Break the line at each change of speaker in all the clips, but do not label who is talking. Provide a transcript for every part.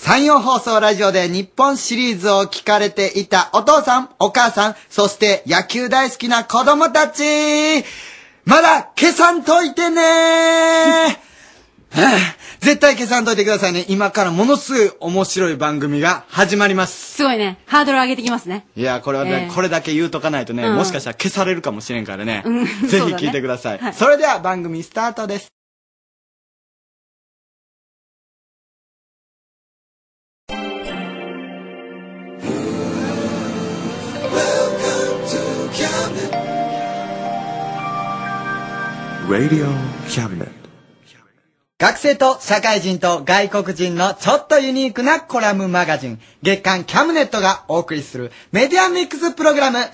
山陽放送ラジオで日本シリーズを聞かれていたお父さん、お母さん、そして野球大好きな子供たちまだ消さんといてねはあ絶対消さんといてくださいね。今からものすごい面白い番組が始まります。
すごいね。ハードル上げてきますね。
いや、これはね、
ええ
これだけ言うとかないとね、
うん
もしかしたら消されるかもしれんからね。
うん
ぜひ
そうだね
聞いてください。
はい
それでは番組スタートです。
Radio Cabinet.
学生と社会人と外国人のちょっとユニークなコラムマガジン、月刊キャムネットがお送りするメディアミックスプログラム、レ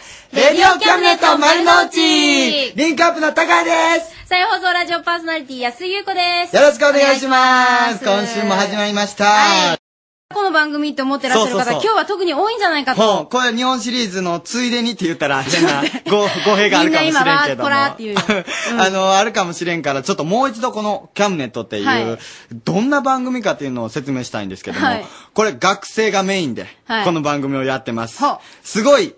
ディオキャムネット丸の内リンクアップの高井です
再放送ラジオパーソナリティ安井優子です。
よろしくお願いします
お願
今
いし
週も始まりました、
この番組って思ってらっしゃる方、
そうそうそう
今日は特に多いんじゃないか
ほう、
と。
これ日本シリーズのついでにって言ったら変なご語弊があるかもしれんけども。
みんな今わーこらーっていう
あの、あるかもしれんから、ちょっともう一度このキャムネットっていう、
はい
どんな番組かっていうのを説明したいんですけども、
はい
これ学生がメインで、
はい
この番組をやってます。すごい、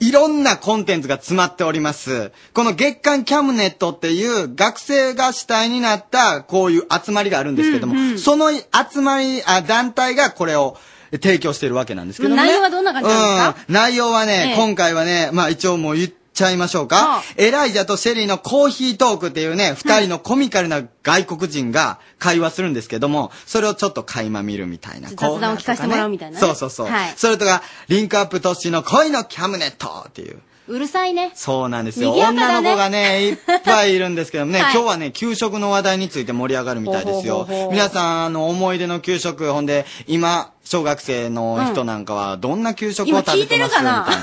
いろんなコンテンツが詰まっております。この月刊キャムネットっていう学生が主体になったこういう集まりがあるんですけども、
うんうん
その集まり、あ、団体がこれを提供してるわけなんですけども、ね。
内容はどんな感じなんですか
うん内容はね、
ええ
今回はね、まあ一応もう言っちゃいましょう
は
か
あ。
エライザとシェリーのコーヒートークっていうね、二人のコミカルな外国人が会話するんですけども、それをちょっと垣間見るみたいな。
雑談を
コーナーとかね
聞かせてもらうみたいなね
そうそうそう。
はい
それとか、リンクアップ都市の恋のキャムネットっていう。
うるさいね。
そうなんですよ。
賑やか
女
だね
の子がね、いっぱいいるんですけどもね、
はい
今日はね、給食の話題について盛り上がるみたいです
ほう
よ
ほうほうほ。う
皆さん、あの、思い出の給食、ほんで、今、小学生の人なんかは、どんな給食を
今
食
聞
べ
いて
てま
る
す
かな
み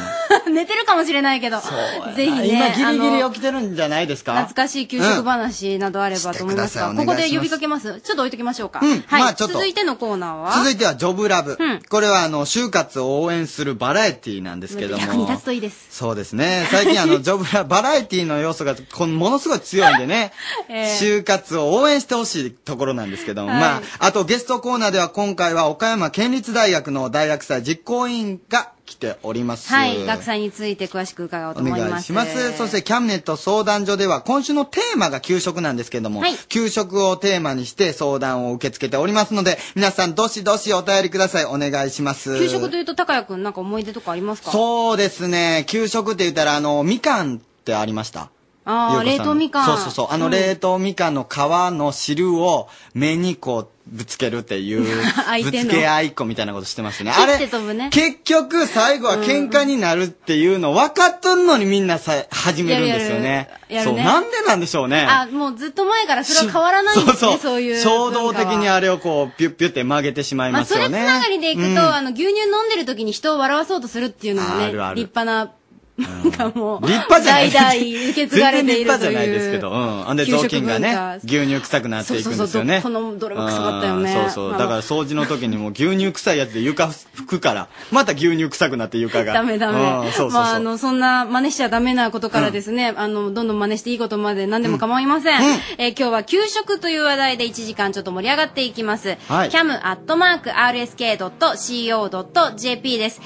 たい
寝てるかもしれないけど。 ぜひ
今
ね。
ギリギ
あ
リ
の
起きてるんじゃないですか
懐かしい給食話などあればと思いますが、
うんしてく
こ
だ
こ
さい
で呼びかけます。ちょっと置いときましょうか。
うん
はい、
まあちょっと
続いてのコーナーは
続いてはジョブラブ、
うん
これはあの就活を応援するバラエティーなんですけども
役に立つとい いです。
そうですね最近あのジョブラバラエティーの要素がこのものすごい強いんで ね、
えー
就活を応援してほしいところなんですけども、
はい
まああとゲストコーナーでは今回は岡山県立大学の大学祭実行委員が来ております
はい、学祭について詳しく伺おうと
お
思い
願
ます。
いします。そして、キャンネット相談所では、今週のテーマが給食なんですけども、
はい
給食をテーマにして相談を受け付けておりますので、皆さん、どしどしお便りください。お願いします。
給食というと、高谷くんなんか思い出とかありますか
そうですね。給食って言ったら、あの、みかんってありました。
ああ、
ゆう
冷
こさ
凍みかん。
そうそうそう。あの、
ん
冷凍みかんの皮の汁を目にこう、ぶつけるっていう、
開い
ぶ
てん
つ
の
け合いっこみたいなことしてましたね。あ
切って
れ、
飛ぶね。
結局、最後は喧嘩になるっていうの分かっとんのにみんなさ、始めるんですよね。
やるやるや
そ
る
う、
ね
なんでなんでしょうね。
あ、もうずっと前からそれは変わらないんですね、そういう文化
衝
は。
動的にあれをこう、ピュッピュって曲げてしまい
ま
ま
あ、
す
そ
よ
れ
ね。
つながりでいくと、
うん
あの、牛乳飲んでる時に人を笑わそうとするっていうのもね、
あるある
立派な、なんかもう、
立派じゃない
代々受け継がれていると
全然立派じ
いう。
ゃないですけど、うん。あんで、雑巾が
給食文
ね
化、
牛乳臭くなっていくんですよね。
そうそうそうどこのどれも臭かったよね
うんそうそう。
ま
だ
あ
から掃除の時にもう牛乳臭いやつで床拭くから、また牛乳臭くなって床が。
ダメダメ
うん。そうそうそう。
まあ、あの、そんな真似しちゃダメなことからですね、あの、どんどん真似していいことまで何でも構いません。えー今日は給食という話題で1時間ちょっと盛り上がっていきます。
はい
cam.rsk.co.jp です。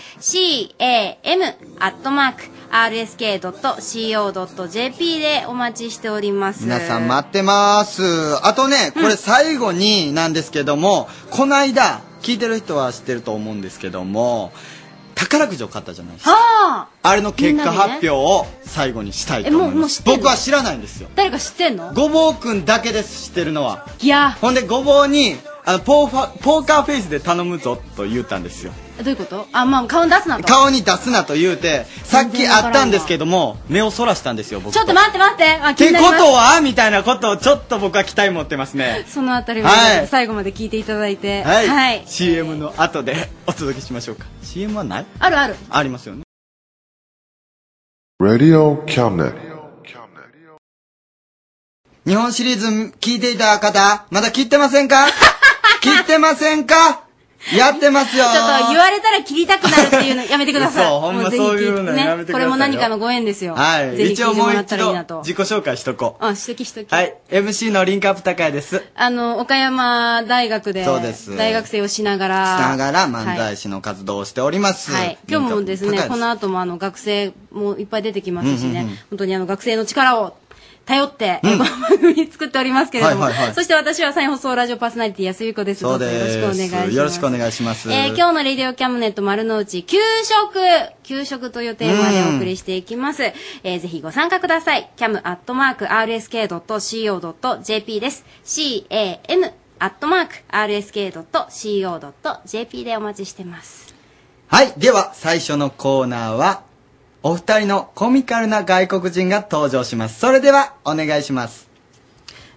cam.rsk.co.jp でお待ちしております。
皆さん待ってます。あとね、これ最後になんですけども、この間、聞いてる人は知ってると思うんですけども、宝くじを買ったじゃないですか。
はあ
あれの結果
みんな
発
でね
表を最後にしたいと思い
えもうも
ま
う知
す
っ。てんの
僕は知らないんですよ。
誰か知ってんの
ごぼうくんだけです、知ってるのは。
いや
ほんで、ごぼうに、あの、ポーファ、ポーカーフェイスで頼むぞと言ったんですよ。
どういうことあ、まあ、顔に出すなと。
顔に出すなと言うて、さっきあったんですけども、目をそらしたんですよ、僕
ちょっと待って待って。あ、
っ
気
て
に
こ
な
と
ります
はみたいなことをちょっと僕は期待持ってますね。
そのあたり
は
はい最後まで聞いていただいて、
はい、CM の後でお届けしましょうか CM はない
あるある。
ありますよね
Radio Cabinet.
日 本シリーズ聞いていた方まだ切ってませんか切ってませんかやってます
ちょ
よ
っと言われたら切りたくなるっていうのやめてください。
そうほんま
もぜひ
そういうの
ね
やめてくださいよ
これも何かのご縁ですよ。
はい。
ぜひ
一
聞
応
いて
も
も
う
らっ
一
たらいい
度
なと。
自己紹介しとこ
あ、しときしとき。
う。はい。MC のリンクアップ高いです。し
あの、岡山大学で、
そうです
大学生をしながら、
ながら漫
はい
才師の活動をしております。
はい、今日もです
リン
ね
クアップ高い
この後もあの学生もいっぱい出てきますし
うんう
ね、
んうん
本当にあの学生の力を頼って、えこの番組作っておりますけれども、
はいはいはい
そして私は再放送ラジオパーソナリティ安井子です
そう
どうぞ
です。
よろしくお願いします
よろしくお願いします。
えー今日のレディオキャムネット丸の内、給食給食というテーマでお送りしていきます。えーぜひご参加ください。cam.rsk.co.jp です。cam.rsk.co.jp でお待ちしてます。
はい。では、最初のコーナーは、お二人のコミカルな外国人が登場します。それでは、お願いします。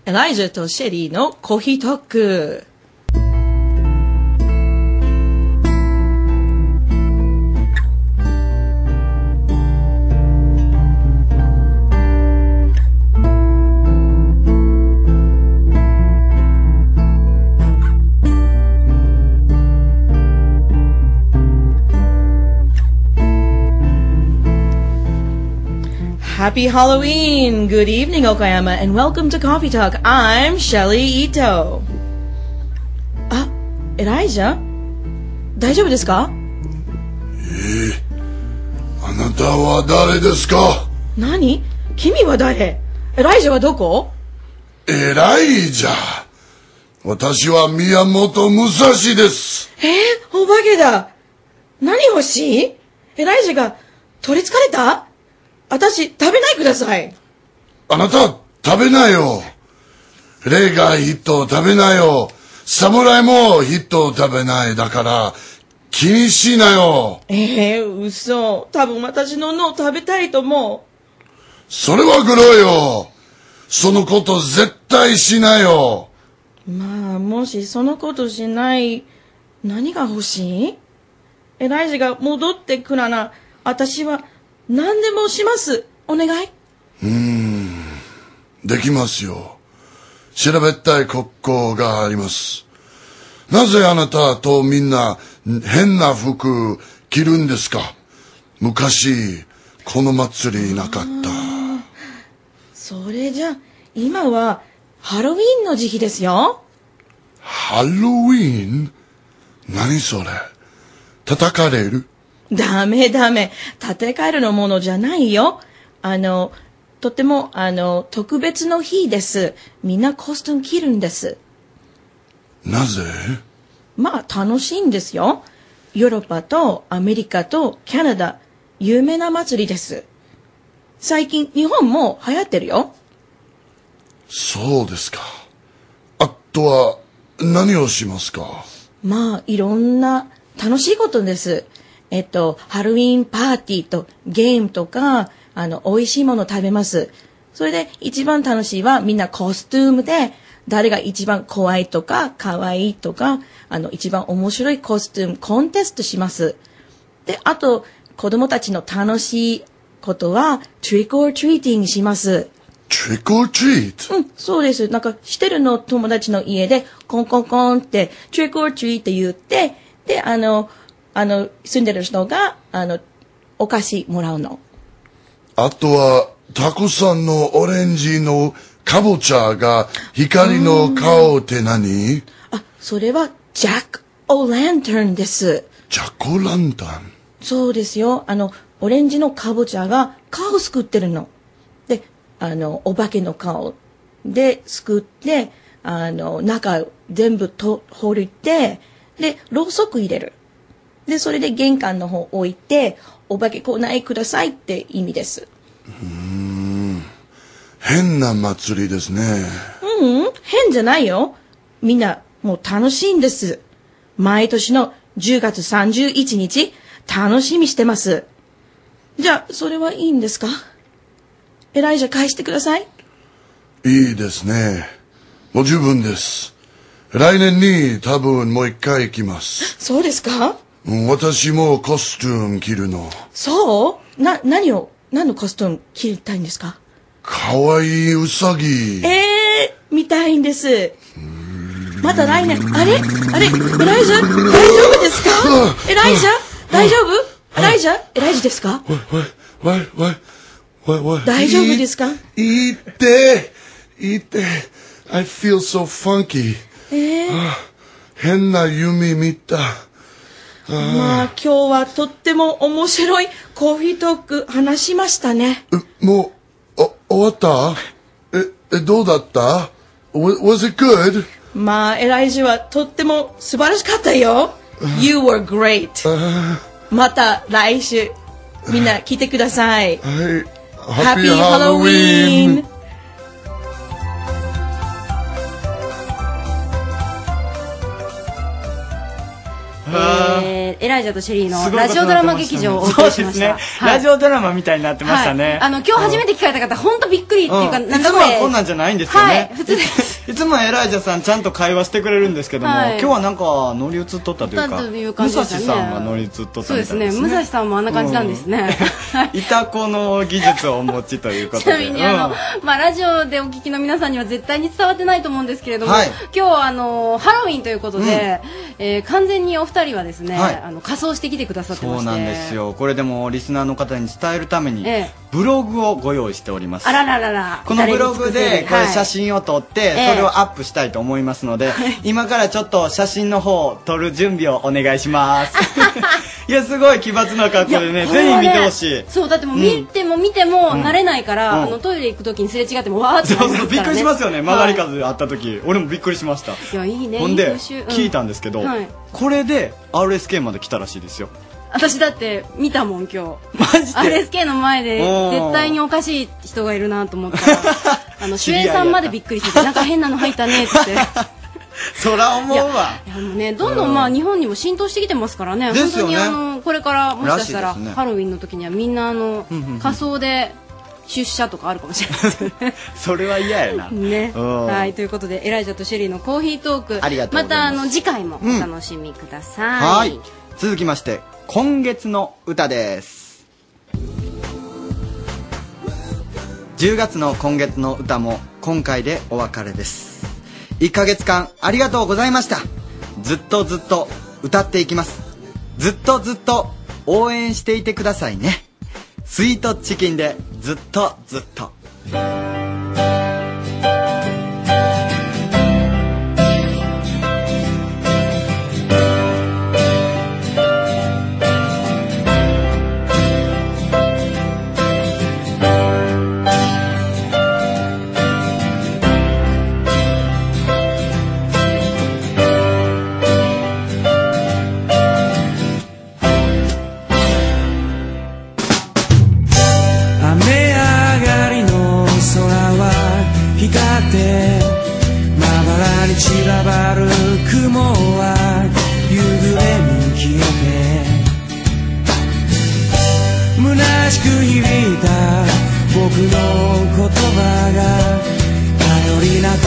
エライジャとシェリーのコーヒートーク。Happy Halloween! Good evening, Okayama, and welcome to Coffee Talk. I'm Shelly Ito. あ、エライジャ大丈夫ですか
あなたは誰ですか
何君は誰エライジャはどこ
エライジャ私は宮本武蔵です
えー、お化けだ何欲しいエライジャが取りつかれた私、食べないください
あなた食べなよレーガーヒットを食べなよ侍もヒットを食べないだから気にしなよ
えー、嘘。多分私の脳食べたいと思
それはグロよそのこと絶対しなよ
う。まあ、もしそのことしない、何が欲しいエライジが戻ってくらな、私は何でもします。お願い。
できますよ。調べたい国交があります。なぜあなたとみんな変な服着るんですか昔、この祭りなかった。
それじゃ、今はハロウィンの時期ですよ。
ハロウィーン何それ叩かれる
ダメダメ。建て替えるのものじゃないよ。あの、とても、あの、特別の日です。みんなコスチューム着るんです。
なぜ
まあ、楽しいんですよ。ヨーロッパとアメリカとキャナダ、有名な祭りです。最近、日本も流行ってるよ。
そうですか。あとは、何をしますか
まあ、いろんな楽しいことです。えっと、ハロウィンパーティーとゲームとか、あの、美味しいもの食べます。それで、一番楽しいはみんなコスチュームで、誰が一番怖いとか、可愛いとか、あの、一番面白いコスチュームコンテストします。で、あと、子供たちの楽しいことは、trick or treating します。
?trick or treat?
うん、そうです。なんか、してるの友達の家で、コンコンコンって、チュイコーチュイって言って、で、あの、あの、住んでる人が、あの、お菓子もらうの。
あとは、タコさんのオレンジのカボチャが光の顔って何
あ、それは、ジャック・オ・ランタンです。
ジャコランタン。
そうですよ。あの、オレンジのカボチャが顔をすくってるの。で、あの、お化けの顔ですくって、あの、中全部と、掘りて、で、ろうそく入れる。で、それで玄関の方置いて、お化け来ないくださいって意味です。
変な祭りですね。
ううん、変じゃないよ。みんな、もう楽しいんです。毎年の10月31日、楽しみしてます。じゃあ、それはいいんですかエライジャ返してください。
いいですね。もう十分です。来年に多分もう一回行きます。
そうですか
うん私もコスチューム着るの。
そうな、何を、何のコストーム着たいんですか
かわいいうさぎ。
ええー、見たいんです。また来年、あれあれエライジャ大丈夫ですかエライジャ大丈夫エライジャエライジですか
わいわいわいわい
大丈夫ですか
いいっていいって I feel so funky
ええ
変な夢見た Ah,
まあ今日はとっても面白いコーヒートーク話しましたね。
えもうお終わったええどうだった Wa- e, Was it good?
まあエライジはとっても素晴らしかったよ。You were great.
あ
また来週みんな来てください。
ーはい Happy
Happy
Halloween!
Halloween!
えー、エライザとシェリー
す
の
ごい
ラ
こ
ジ
と
オ
に
ド
な
ラ
ってま
マ
したね
劇場をお送りしま
そうで
し
すね
た。
ラジオドラマみたいになってました
はい
ね。
あの、今日初めて聞かれた方、本当びっくりっていうか、
うんいつ
だ
も
れ
はこんなんじゃないんですよね。
はい普通です。
いつもはエライザさんちゃんと会話してくれるんですけども、
はい
今日はなんか乗り移っとったというか、
という
武
感
蔵
じでした
さ
ね
んが乗り移っとったみた
そ
いうで
ですす
ね。
ね。武蔵さんもあんな感じなんですね。はい
いたこの技術をお持ちということ
ち
で。
なみにあの、まあ、ラジオでお聞きの皆さんには絶対に伝わってないと思うんですけれども、
はい
今日はあのハロウィンということで、えー完全にお二人はですね、
はい
あの仮装してきてくださってま
そ
して
うなんですよ。これでもリスナーの方に伝えるために
ええ
ブログをご用意しております。
あらららら
このブログでこれ写真を撮って
ええ
それをアップしたいと思いますので今からちょっと写真の方を撮る準備をお願いします いやすごい奇抜な格好でねぜひ見てほしい
そうだってもう見ても見ても慣れないから、
うん
あのトイレ行く時にすれ違ってもわーって
そ
な
う
りま
そう
すか
びっ
ら、ね、
くりしますよね曲がり
はい
数で会った時俺もびっくりしました
いやいいね
ほんで
いい風習うん
聞いたんですけど
はい
これで RSK まで来たらしいですよ
私だって見たもん今日
マジで
RSK の前で
おー
絶対におかしい人がいるなと思った らあの主演さんまでびっくりしててなんか変なの入ったねって
そら思うわ
いやもうねどんどんまあ日本にも浸透してきてますからね
ですよね
本当にあのこれからもしかした
ら
ら
しいですね
ハロウィンの時にはみんなあの仮装で出社とかあるかもしれないですね
それは嫌やな
ね、
うん
はいということでエライザとシェリーのコーヒートーク
ありがとうございます
たあの次回もお楽しみくださ、
はいい続きまして今月の歌です10月の今月の歌も今回でお別れです1ヶ月間ありがとうございましたずっとずっと歌っていきますずっとずっと応援していてくださいねスイートチキンでずっとずっと
雨上がりの空は光ってまばらに散らばる雲は夕暮れに消えて虚しく響いた僕の言葉が頼りなく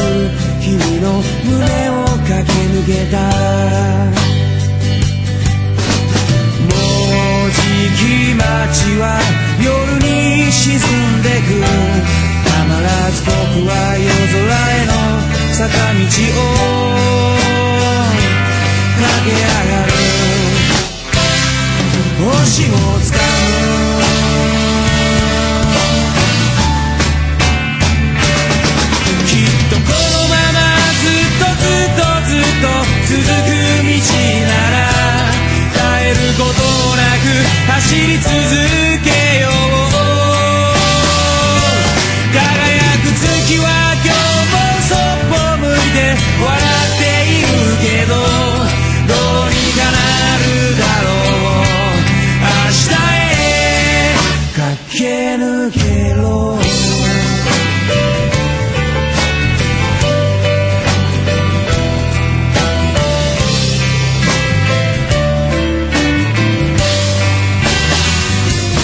君の胸を駆け抜けたもうじき街は夜に沈んでくたまらず僕は夜空への坂道を駆け上がる星をつかむきっとこのままずっとずっとずっと続く道なら絶えることなく走り続けよう輝く月は今日もそっぽ向いて笑っているけどどうにかなるだろう明日へ駆け抜けろ「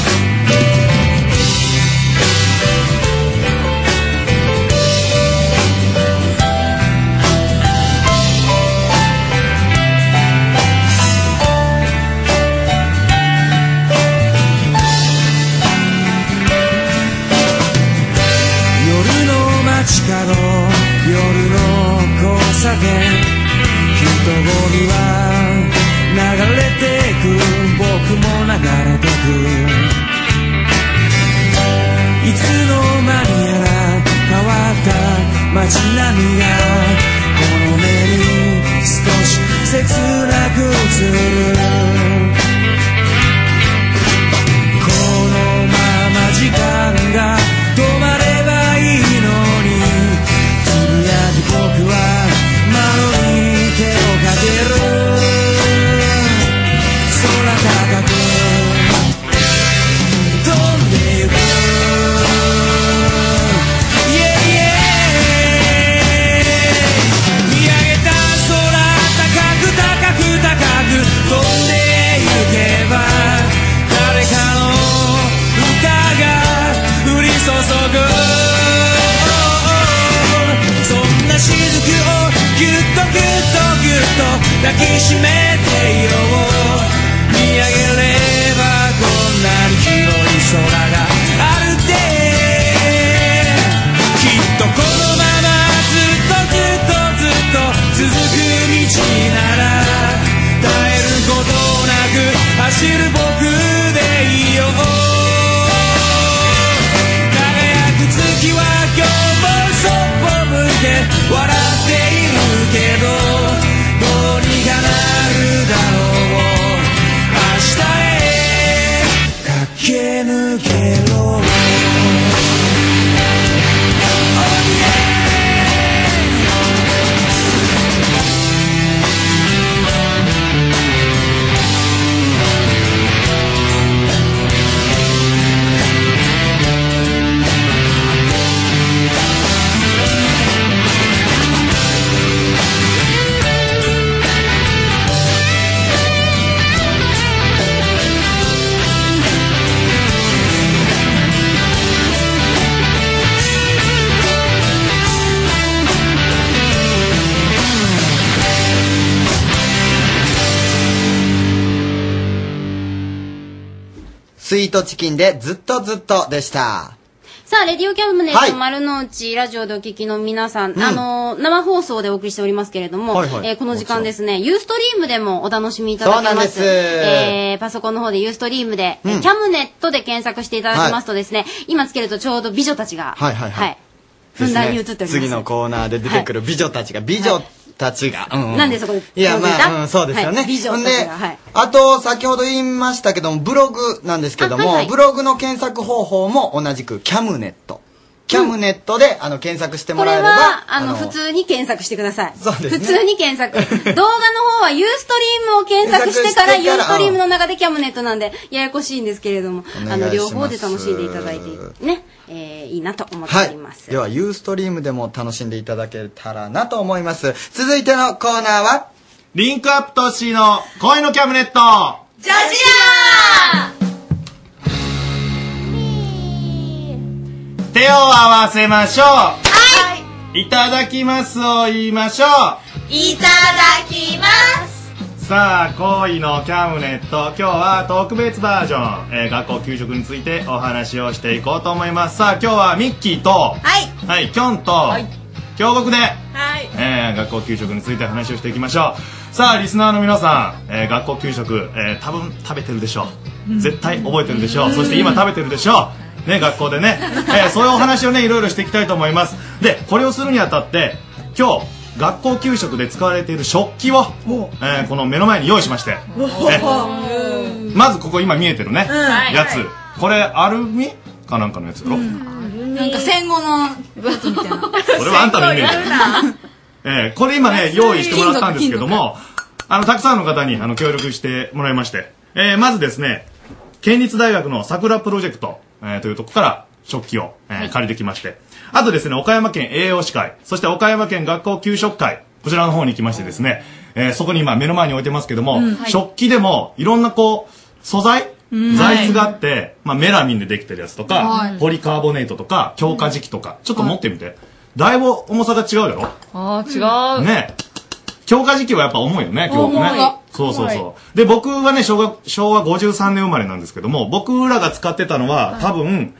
走る僕でいいよ輝く月は今日もそっぽ向け笑っているけどどうにかなるだろう明日へ駆け抜けろ
スイートチキンでずっとずっとでした。
さあ、レディオキャムネ
はい
と丸の内ラジオでお聞きの皆さん、あの、生放送でお送りしておりますけれども、
はいはい
えーこの時間ですね、ユーストリームでもお楽しみいただけます。
そうなんです
えーパソコンの方でユーストリームで、
うん
キャムネットで検索していただきますとですね、今つけるとちょうど美女たちが、
はいはいはい
ふんだんに映っております。
次のコーナーで出てくる美女たちが、美女たちが。う
なんでそこで
いや、
手を挙げた
まあ、うんそうですよね。
はい美女た
ほん
ちが
で
はい
あと、先ほど言いましたけども、ブログなんですけど
あはいは
も、
い
ブログの検索方法も同じく、キャムネット。キャムネットで、あの、検索しても
これ
らえれば、
は、あの、普通に検索してください。普通に検索。動画の方はユーストリームを検索してから、
検索して
ユ
から
ーストリームの中でキャムネットなんで、ややこしいんですけれども、あの、
お願いし
両
ます
方で楽しんでいただいて、ね、えーいいなと思っております。
では、ユーストリームでも楽しんでいただけたらなと思います。続いてのコーナーは、リンクアップとしの声のキャムネット
ジャジラ
手を合わせましょうはいいただきますを言いましょ
いただきます
うさあ恋のキャムネット今日は特別バージョン、えー学校給食についてお話をしていこうと思いますさあ今日はミッキーとはい、はい、キョンと、京極で
はい
えー学校給食について話をしていきましょうさあリスナーの皆さん、えー学校給食、えー多分食べてるでしょう絶対覚えてるでしょうそして今食べてるでしょうね学校でね、えーそういうお話をねいろいろしていきたいと思いますでこれをするにあたって今日学校給食で使われている食器を、えーこの目の前に用意しましてえまずここ今見えてるね、
うん
やつこれアルミかなんかのやつだろ、
なんか戦後のやつみたいな。
それはあんたのイメージえーこれ今ね、用意してもらったんですけども、あの、たくさんの方に、あの、協力してもらいまして、えーまずですね、県立大学の桜プロジェクト、えーというとこから、食器を、えー借りてきまして、あとですね、岡山県栄養士会、そして岡山県学校給食会、こちらの方に来ましてですね、えーそこに今目の前に置いてますけども、
うんはい
食器でも、いろんなこう、素材、
うん
材質があって、まあ、メラミンでできてるやつとか、
はい
ポリカーボネートとか、強化磁器とか、ちょっと持ってみて。だいぶ重さが違うやろ
あー違う。
ね強化時期はやっぱ重いよね、強
重
化
い
ね。そうそう
重
そう。で、僕はね、昭和、昭和53年生まれなんですけども、僕らが使ってたのは、多分、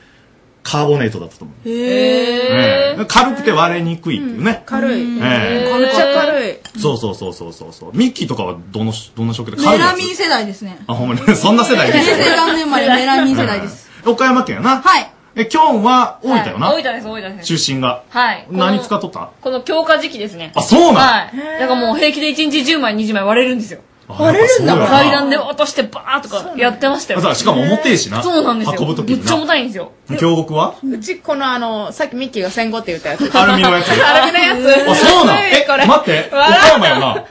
カーボネートだったと思う。
へ
ええ軽くて割れにくいっていうね。
軽い。
ええ
めっちゃ軽い。
そうそうそうそうそうそう。ミッキーとかはどの、どんな食器で軽
メ
いや
ラ
つ
ミン世代ですね。
あ、ほんまに。 そんな世代
平成3年生まれメラミン世代です。
す。岡山県やな。はい。え、キョンは大分よな
はい大分です大分です
出身が。
はい
何使っとった
この強化時期ですね。
あそうな
はい。なんかもう平気で1日10枚、20枚割れるんですよ。
割れるんだやっぱそうだ
階段で落としてバーとかやってましたよ。
あそうしかも重てえしな
そうなんですよ。
運ぶ時にな
めっちゃ重たいんですよ。
京極は
うちこのあの、さっきミッキーが戦後って言ったやつ。
アルミのやつ
アルミのやつ。
あ、そうなんえ、
これ
待って、岡
笑う
山よな。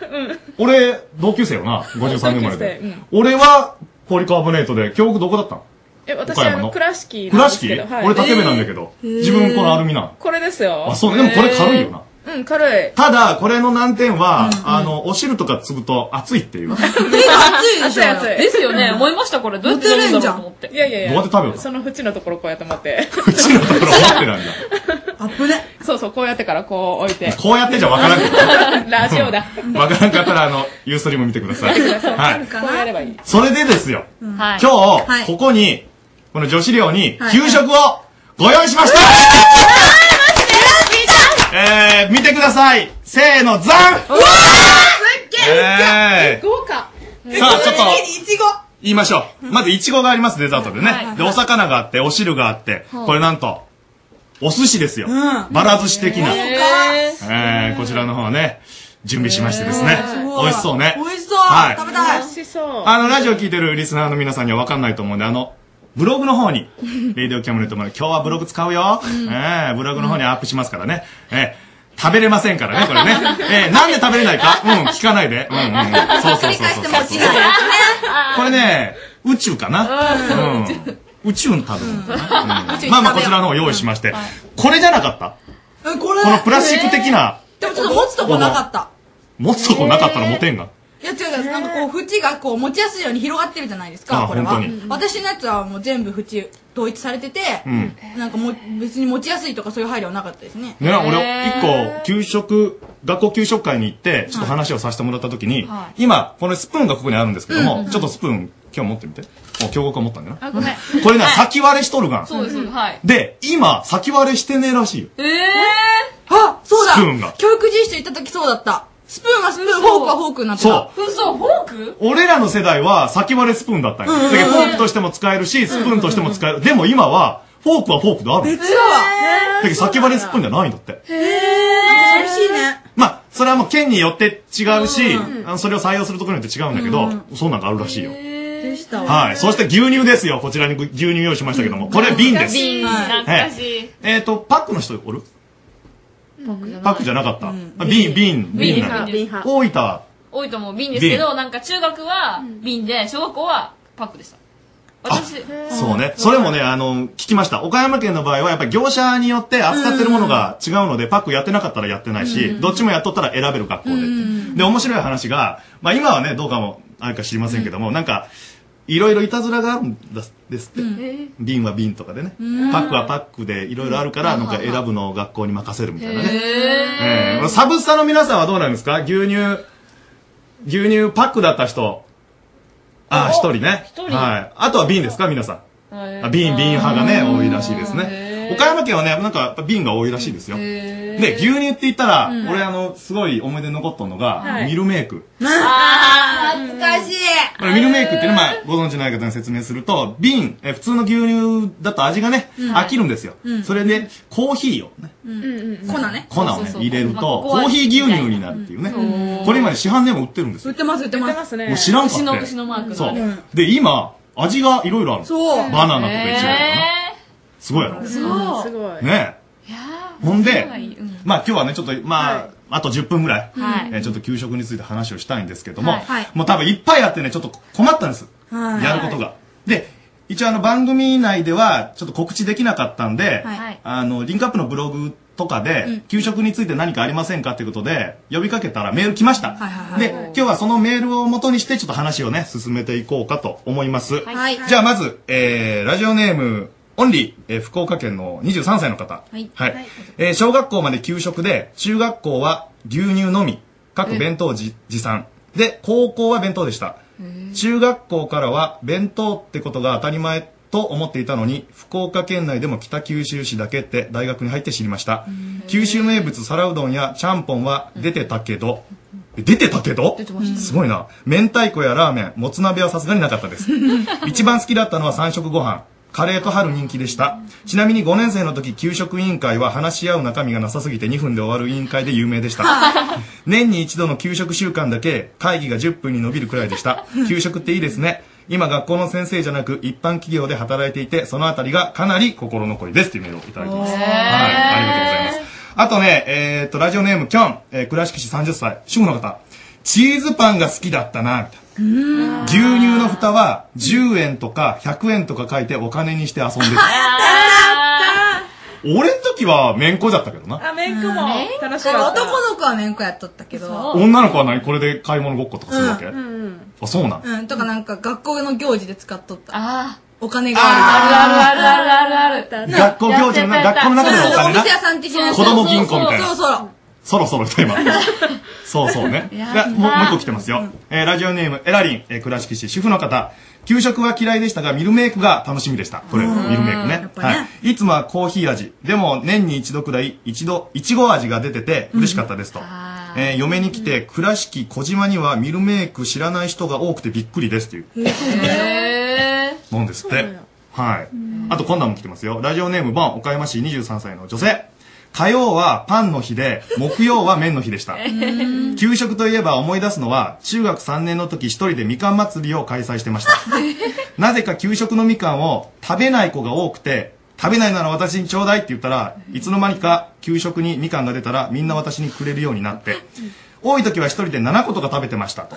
俺、同級生よ な、53年生まれで。
うん
俺は、ポリカーボネートで、教育どこだったの
え、私
岡
あ
山
の、
の
倉敷
倉敷
はい
俺竹部なんだけど、
えー
自分このアルミなん。
これですよ。
あ、そうね。でもこれ軽い
え
よな。
ー。うん、軽い。
ただ、これの難点は、あの、お汁とかつぐと熱いって いう。どうやっ
熱いでしょ
熱い熱い
ですよね思いましたこれどうやって飲むんだろうと思
って。いやいやいや。
どうやって食べよう
その縁のところこうやって持って。
てなんだ。
そうそう、こうやってからこう置いて。
こうやってじゃわからんけ
んラジオだ。
ど。わからんかったら、あの、ユーストリーム見てください。はい。
こうやればいい。
それでですよ、
今
今日、ここに、この女子寮に、給食をご用意しました、えー、見てくださいせーの、ザン
うわーすっげえ
え
豪華
さあちょっと
いちご
言いましょう。まず、いちごがあります、デザートで
はい
ね。で、お魚があって、お汁があって、これなんと、お寿司ですよ。バラ寿司的な。
え
えー、こちらの方ね、準備しましてですね。美味しそうね。
美味しそう
はい
食べたい
美味しそう
あの、ラジオ聞いてるリスナーの皆さんには分かんないと思うんで、あの、ブログの方 に、レイディオキャムネットまで、今日はブログ使うよ。
うん
ええブログの方にアップしますからね。ええ食べれませんからね、これね。 ええなんで食べれないかうん、聞かないで。うん、 うん。そうそうそうそうそう。これね、宇宙かな。
う
うんん。宇宙の食べ物かな。うん
宇宙に
まあまあ、こちらの方用意しまして。これじゃなかった
えこれ
このプラスチック的な
えーでもちょっと持つとこなかった
持つとこなかったら持てんが。
いや違う違うなんかこう縁がこう持ちやすいように広がってるじゃないですか
あ
これは
本当にうん
私のやつはもう全部縁統一されてて
うん。
なんかもう別に持ちやすいとかそういう配慮はなかったですね
ね、俺、一個、給食、学校給食会に行って、ちょっと話をさせてもらったときに、
は
今、このスプーンがここにあるんですけど
うん
も、
うん
ちょっとスプーン、今日持ってみて。もう京極は持ったんだな。
あ、ごめん。
これね、先割れしとるがん。
そうです、そうですはい。
で、今、先割れしてねえらしいよ。
ええあそうだ
スプーンが
教育実習行った時そうだったスプーンはスプーンフォークはフォークになってた
そ
そうフォーク
俺らの世代は先割れスプーンだったんよ。
うんうんうん
だけど、フォークとしても使えるし、スプーンとしても使える。でも今は、フォークはフォークである。
別だわ
だけど、先割れスプーンじゃないんだって。
へえ寂しいね
まあ、それはもう県によって違うし、
うん
あのそれを採用するところによって違うんだけど、そうなんかあるらしいよ。
でしたわ
はい。そして牛乳ですよ。こちらに牛乳用意しましたけども。これ瓶です。はい
しい。
えっと、パックの人おるパックじゃなかった。あ瓶、瓶、瓶なの。
瓶派
大分。
多いと思う瓶ですけど、
瓶
なんか中学は瓶で、小学校はパックでした。私、
そうね。それもね、あの、聞きました。岡山県の場合は、やっぱり業者によって扱ってるものが違うので、パックやってなかったらやってないし、どっちもやっとったら選べる学校でって。で、面白い話が、まあ今はね、どうかも、あるか知りませんけども、なんか、いろいろいたずらがあるんだですって。瓶は瓶とかでね
うん
パックはパックでいろいろあるから
うん
なんか選ぶのを学校に任せるみたいなね、
へ
えーサブスタの皆さんはどうなんですか牛乳牛乳パックだった人ああ一人ね
一人
はい、あとは瓶ですか皆さんあ瓶瓶派がね多いらしいですね岡山県はねなんかやっぱ瓶が多いらしいですよで牛乳って言ったら、
うん
俺あのすごい思い出に残ったのが、
はい
ミルメイク
あー懐かしい
これミルメイクっていうのは、まあ、ご存知ない方に説明すると、瓶、え普通の牛乳だと味がね、
うん
飽きるんですよ。
うん
それで、コーヒーをね、
うん粉ね
粉をね、入れると、コーヒー牛乳になるっていうね。これ今ね、市販でも売ってるんですよ。
売ってます売ってます
もう知らんかったよ
牛のマーク。
そううんで、今、味がいろいろあるの
そう
バナナとかイチゴとかな
へ
すごいやろ。
そう
すごい
ね
いや
ほんで
はいうん、
まあ今日はね、ちょっと、まあ、あと10分ぐらい、
はい
えーちょっと給食について話をしたいんですけども、
はいはい
もう多分いっぱいあってね、ちょっと困ったんです。
はい
やることが。で、一応あの番組内ではちょっと告知できなかったんで、
はい
あの、リンクアップのブログとかで、給食について何かありませんかっていうことで、呼びかけたらメール来ました。で、今日はそのメールを元にしてちょっと話をね、進めていこうかと思います。
はい
じゃあまず、えー、ラジオネーム、オンリー、えー福岡県の23歳の方。
はい
えー小学校まで給食で、中学校は牛乳のみ、各弁当じ持参。で、高校は弁当でした。中学校からは弁当ってことが当たり前と思っていたのに福岡県内でも北九州市だけって大学に入って知りました九州名物皿うどんやちゃんぽんは出てたけどえ出てたけどすごいな明太子やラーメンもつ鍋はさすがになかった です一番好きだったのは三食ご飯カレーと春人気でしたちなみに5年生の時給食委員会は話し合う中身がなさすぎて2分で終わる委員会で有名でした年に一度の給食習慣だけ会議が10分に伸びるくらいで した給食っていいですね今学校の先生じゃなく一般企業で働いていてそのあたりがかなり心残りですというメールをいただいてますはいありがとうございますあとねえっとラジオネームキョン、えー倉敷市30歳主婦の方チーズパンが好きだったなみたいな牛乳の蓋は10円とか100円とか書いてお金にして遊んでた。俺ん時はめんこだったけどな。
あ、メイクも楽し
これ
かった。
男の子はめんこやっとったけど
女の子は何これで買い物ごっことかするわけ、
うんうん
あ、そうなん。
うんとかなんか学校の行事で使っとったお金が
あ
あ
る
る
あるあるあるある
な
学校行事のな
やってた
学校の中でのお金な
お店屋さん的な
子供銀行みたいな
そうそうそう
そろそろ来た 今。そうそうね。
いや
がもうもう
まあ
一個来てますよ。えーラジオネーム、エラリン、えー倉敷市、主婦の方。給食は嫌いでしたが、ミルメイクが楽しみでした。これ、ミ
う
ル
ん
メイクね。はい。いつもはコーヒー味。でも、年に一度くらい、一度、いちご味が出てて、嬉しかったですと。えー嫁に来て倉敷小島にはミルメイク知らない人が多くてびっくりですっていう
へえ
もんですってはいあとこんなんも来てますよラジオネームバン岡山市23歳の女性火曜はパンの日で木曜は麺の日で した給食といえば思い出すのは中学3年の時一人でみかん祭りを開催してましたなぜか給食のみかんを食べない子が多くて食べないなら私にちょうだいって言ったらいつの間にか給食にみかんが出たらみんな私にくれるようになって多い時は一人で7個とか食べてましたと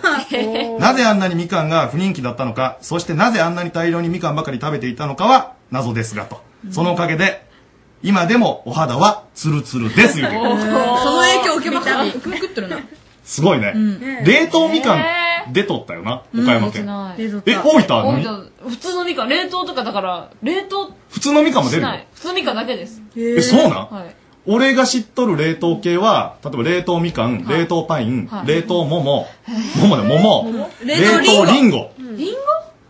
なぜあんなにみかんが不人気だったのかそしてなぜあんなに大量にみかんばかり食べていたのかは謎ですがとそのおかげで今でもお肌はツルツルですよ
その影響を受けました。受けってるな。
すごいね、
うん
冷凍みかん出とったよな、岡山県、え大分は何
普通のみかん冷凍とかだから冷凍
普通のみかんも出
し
る
ない普通のみかんだけです
えそうなん
はい
俺が知っとる冷凍系は例えば冷凍みかん、冷凍パイン、
はい
冷凍桃桃だよ桃
冷凍
冷
リンゴ
凍リンゴ
リンゴ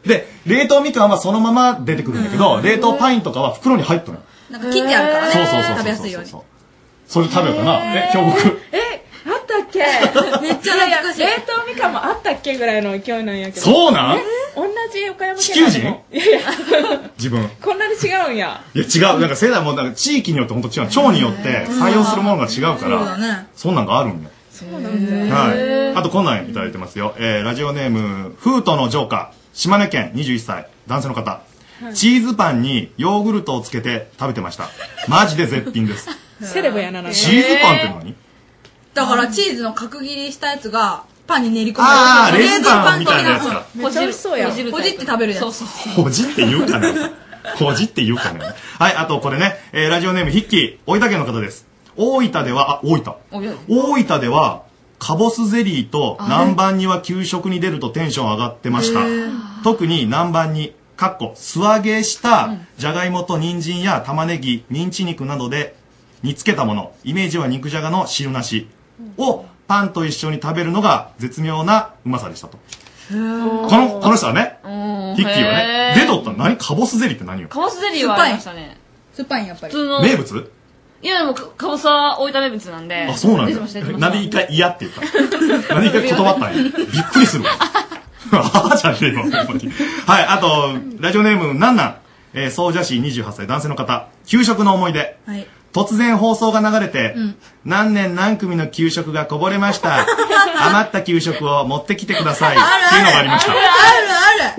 で冷凍みかんはそのまま出てくるんだけど、冷凍パインとかは袋に入っとる
なんか切ってあるからね。
そうそうそうそう
食べやすいように。
それ食べようかなえ京極
あったっけめっちゃ懐かしいや冷凍みかんもあったっけぐらいの勢いなんやけど
そうなん
え同じ岡山県
地球人
なのいやいや
自分
こんなに違うんや
いや違うなんか世代もなんか地域によって本当違う町によって採用するものが違うから、
うんそうだね
そんなんがあるんよ
そうなんだ
はい。あとこんなんいただいてますよ。えー、ラジオネーム、フートのジョーカー。島根県21歳。男性の方。チーズパンにヨーグルトをつけて食べてました。マジで絶品です。
セレブやななんか
チーズパンって何
だからチーズの角切りしたやつが、パンに練り込ま
あー
れてる。
レーズンパンみたいなやつか
冷蔵パン的なうんほじるそうや。ほじって食べるやつ。そうそう。
ほじって言うかなほじって言うかなはい、あとこれね、えー、ラジオネームヒッキー。大分県の方です。大分では、あ、大分。大分では、カボスゼリーと南蛮煮は給食に出るとテンション上がってました
へー。
特に南蛮煮、かっこ、素揚げした、じゃがいもと人参や玉ねぎ、ミンチ肉などで煮つけたもの、イメージは肉じゃがの汁なしをパンと一緒に食べるのが絶妙なうまさでしたと。
こ
この、この人はね、ヒッキーはね、出とったた何カボスゼリーって何よ
カボスゼリーはありましたね
酸っぱいんやっぱり
普通の
名物
いやでもかかぼさは大分名物なんで
あ、そうなん
出て
だ
ました出て。ました
なんで一回嫌って言ったのなんで一回断ったんや。びっくりす るわ。ああじゃねえよ、ほんまに。 はい、あと、ラジオネーム、なんなん。えー、総社市28歳男性の方。給食の思い出。
はい。
突然放送が流れて、何年何組の給食がこぼれま した。余った給食を持ってきてください。っていうのがありました。
ある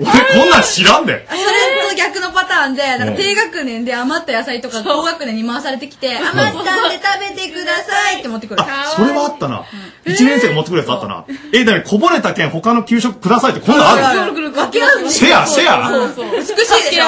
ある。
俺こんなん知らんで。
それと逆のパターンで、なんか低学年で余った野菜とか高学年に回されてきて、余ったんで食べてくださいって持ってくる。
あ、それはあったな。一年生が持ってくるやつあったな。え、だめ、こぼれた件他の給食くださいってこんなんある
くるくる。分け合う
シェアシェア
そうそう美しいでしょ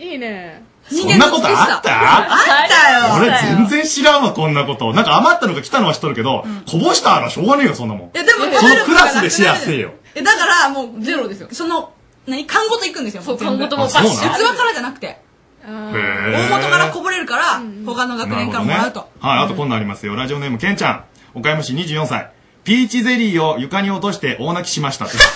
いいね
そんなことあった
あったよ
俺全然知らんわ、こんなこと。なんか余ったのが来たのはしとるけど、こぼしたらしょうがねえよ、そんなもん。
いやでも
そのクラスでシェアせえよ。
えだからもうゼロですよその何缶ごといくんですよそう
缶ごともうパッシュあそうなん
器からじゃなくて
へ
大元からこ
ー。
ぼれるから他の学年からもらうと、
はい、あとこんなんありますよ。ラジオネーム、けんちゃん。岡山市24歳。ピーチゼリーを床に落として大泣きしましたって。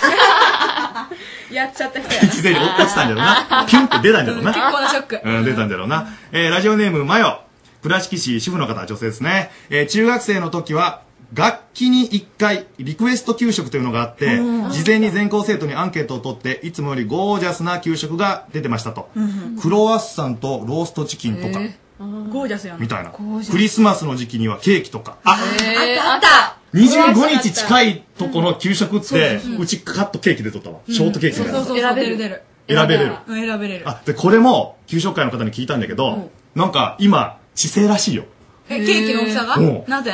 やっちゃった人や
ピーチゼリー落ちたんだろうな。ピュンって出たんだろうな。
結構なショッ ク
うん、出たんだろうな。えーラジオネーム、マヨ。倉敷市主婦の方、女性ですね。えー中学生の時は、楽器に1回、リクエスト給食というのがあって、
うん
事前に全校生徒にアンケートを取って、いつもよりゴージャスな給食が出てましたと。クロワッサンとローストチキンとか、
ゴージャスやな
みたいな。
ゴージャス
クリスマスの時期にはケーキとか。あ、
あった
25日近いとこの給食っ
そうそう
て
そう、
うちカットケーキで取ったわ。ショートケーキみたいな。
選べる出る
選べれる
うん選べれる
あでこれも給食会の方に聞いたんだけど、なんか今地政らしいよ
えケーキの大きさが
うん
なぜ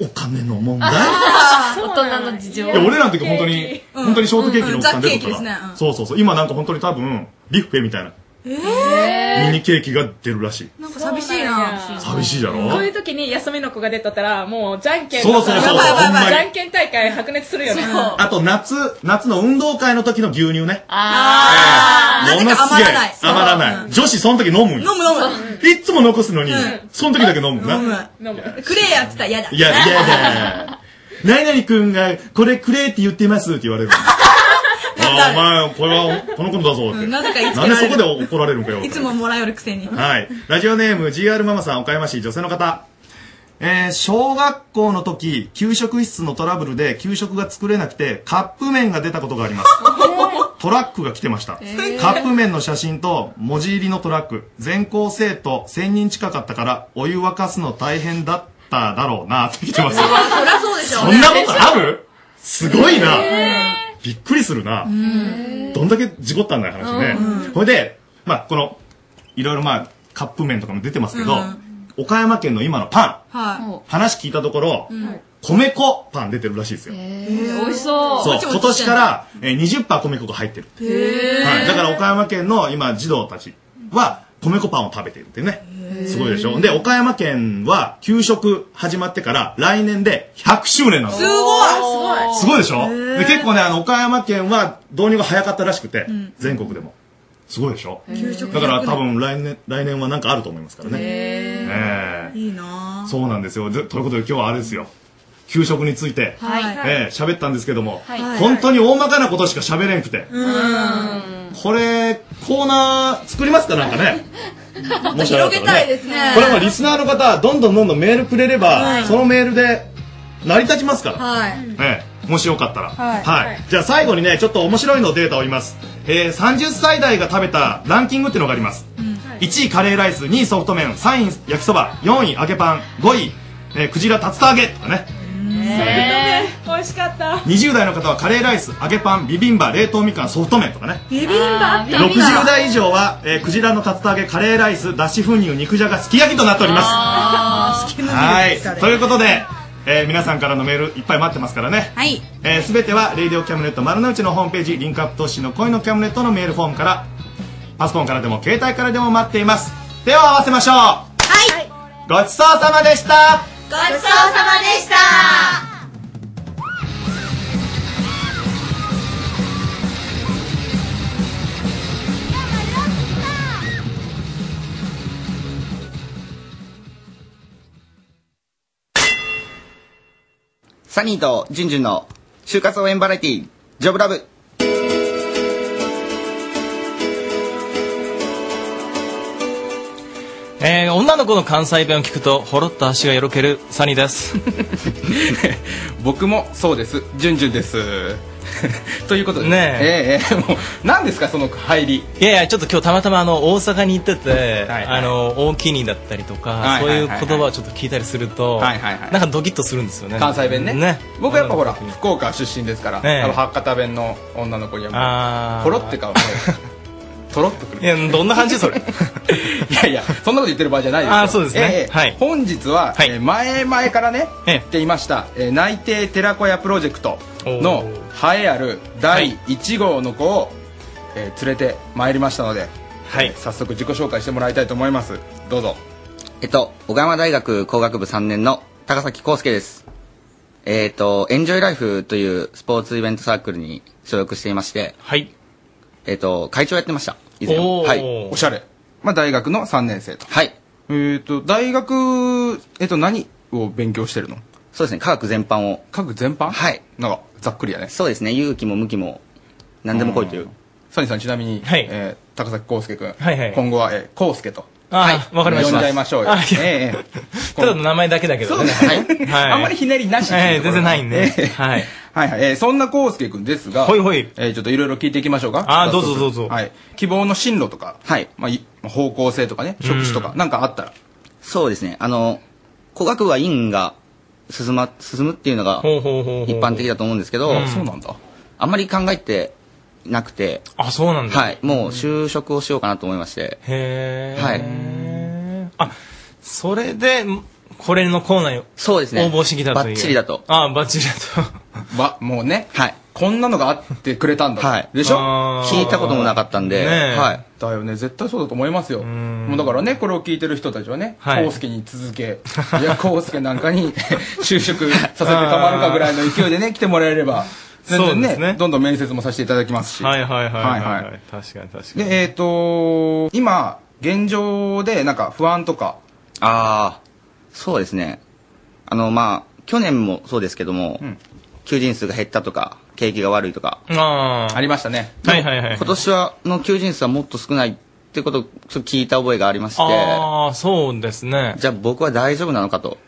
お金の問題
大人の事
い
情
や俺らの時は本当に、本当にショートケーキの大きさ
ザ・
出
ケ
るから、
ーキですね
そうそうそう今なんか本当に多分ビュッフェみたいな、
うんえ
ミニケーキが出るらしい
ーなんか寂しいな
寂しいだろ
こういう時に休みの子が出とったらもうじゃんけん
そうそうそう
じ
やばいやばいやばい
ゃんけん大会白熱するよね
あと夏夏の運動会の時の牛乳ね
あ
ものすげえ
なぜか余らない
余らない女子その時飲むんよ
飲む飲
むいっつも残すのに、その時だけ飲むな
飲む
飲む
クレーやってたら嫌だ
いや、いやだ。何々くんが、これくれって言ってますって言わ れる。ああ、お前、これは、このことだぞって。
うんなぜか言いつけ
な
ら
ん
れる
でそこで怒られるんかよ。
いつももらえるくせに
はい。ラジオネーム、GR ママさん、岡山市女性の方。えー小学校の時、給食室のトラブルで給食が作れなくて、カップ麺が出たことがあります。トラックが来てました、
えー
カップ麺の写真と文字入りのトラック。全校生徒1000人近かったから、お湯沸かすの大変だっただろうな、って来てますよ。
そりゃそうでしょ
そんなことあるすごいな。
え
びっくりするな。
ー
どんだけ事故ったんだよ話ね。ほいで、まあ、この、いろいろまあ、カップ麺とかも出てますけど、岡山県の今のパン
は、
話聞いたところ
い。、うん
米粉パン出てるらしいですよ。
えー、美味しそう。
そう、今年か。らえー20%米粉が入ってる。
へー
はい、だから岡山県の今、児童たちは、米粉パンを食べてるってね。すごいでしょ。で、岡山県は、給食始まってから、来年で100周年なの。
すごい
すごいでしょで結構ね、あの、岡山県は導入が早かったらしくて、全国でも。すごいでしょ
給食
だから
100
多分来年、来年はなんかあると思いますからね。ええ
いいな
そうなんですよ。でということで今日はあれですよ。給食について、
はい
ええ喋ったんですけども、
はい
本当に大まかなことしか喋れんくて、
うん
これ、コーナー作りますかなんかね。もしあれだったらね
広げたいですね
これもリスナーの方、どんどんどんどんメールくれれば、
はい
そのメールで成り立ちますから。
はい
ええもしよかったら、
はいはい
じゃあ最後にねちょっと面白いのデータを言います、えー、30歳代が食べたランキングっていうのがあります、1位カレーライス2位ソフト麺3位焼きそば4位揚げパン5位、えー、クジラ竜田揚げとかね
ね美味しかった
20代の方はカレーライス揚げパンビビンバ冷凍みかんソフト麺とかね
ビビンバって
60代以上は、えー、クジラの竜田揚げカレーライスだし粉乳肉じゃがすき焼きとなっておりますはいということで、えー皆さんからのメールいっぱい待ってますからね
はい。
えー、全ては「レイディオキャムネット丸の内」のホームページリンクアップ投資の恋のキャムネットのメールフォームからパソコンからでも携帯からでも待っていますでは合わせましょうはいごちそうさまでした
ごちそうさまでした
サニーとジュンジュンの就活応援バラエティジョブラブ。
えー女の子の関西弁を聞くとほろっと足がよろけるサニーです
僕もそうですジュンジュンです ということで
ね
えええもう何ですかその入り
いやいやちょっと今日たまたまあの大阪に行ってて、
はい
あの大きにだったりとか、
はいはいはいはい
そういう言葉をちょっと聞いたりすると、
はいはいはい
なんかドキッとするんですよね
関西弁ね
ね
僕はやっぱほら福岡出身ですから、
ええ
あの博多弁の女の子には
あー
もうポロって かもうとろっとくるいや
どんな感じそれ
いや いやそんなこと言ってる場合じゃないですよ
あーそうですね
はい、本日は、えー前々からね、言っていました、えー内定寺子屋プロジェクトの栄えある第1号の子を、えー連れてまいりましたので、えー早速自己紹介してもらいたいと思いますどうぞ
えっと、小川大学工学部3年の高崎康介です。えっと、エンジョイライフというスポーツイベントサークルに所属していまして、
はい。
えっと、会長やってました。以前は。
おー
はい。
おしゃれ。まあ、大学の3年生と
はい
えっ、と大学えっ、と何を勉強してるの
そうですね、科学全般を。
科学全般
はい。
なんか、ざっくりやね。
そうですね、勇気も向きも、何でも来いという。
サニーさんちなみに、えー高崎康介君、
はいはい
今後は、えー、康介と
あーわかりました
呼んじゃいましょうよ、
あいや
ええ
ただの名前だけだけどね
そう
ね、 はい、
あんまりひねりなしっていう
ええ
ところ
全然ないんで、
ええ
はい
はいはい、えーそんな康介君ですが、
ほい
えーちょっといろいろ聞いていきましょうか。
あー
早速
どうぞどうぞ
はい。希望の進路とか、
はい。
まあ、い方向性とかね、職種とか、なんかあったら。
そうですね、あの、工学部は院が進ま、進むっていうのが
ほうほうほうほう
一般的だと思うんですけど、
うんそうなん
だ。
あんまり考えてなくて、
あそうなんだ
はい、もう就職をしようかなと思いまして、
へえ、
はい、
それでこれのコーナーに応
そうですね
募してきたという
バッチリだと
ああバッチリだと
わ、もうね、
はい、
こんなのがあってくれたんだ、
はい
でしょ
あー聞いたこともなかったんでねえはい
だよね絶対そうだと思いますよもうだからねこれを聞いてる人たちはね
はい
康介、に続けいや康介なんかに 就職させてたまるかぐらいの勢いでね来てもらえれば全然
そうで
ね
すね
どんどん面接もさせていただきますし
はいはいはいはい、
はい
はい、確かに確かに
でえっ、と今現状でなんか不安とか
ああ、そうですね、あの、まあ、去年もそうですけども、求人数が減ったとか、景気が悪いとか、
あ
ありましたね
はいはいはい
今年はの求人数はもっと少ないってことをちょっと聞いた覚えがありまして、
ああそうですね
じゃあ僕は大丈夫なのかと。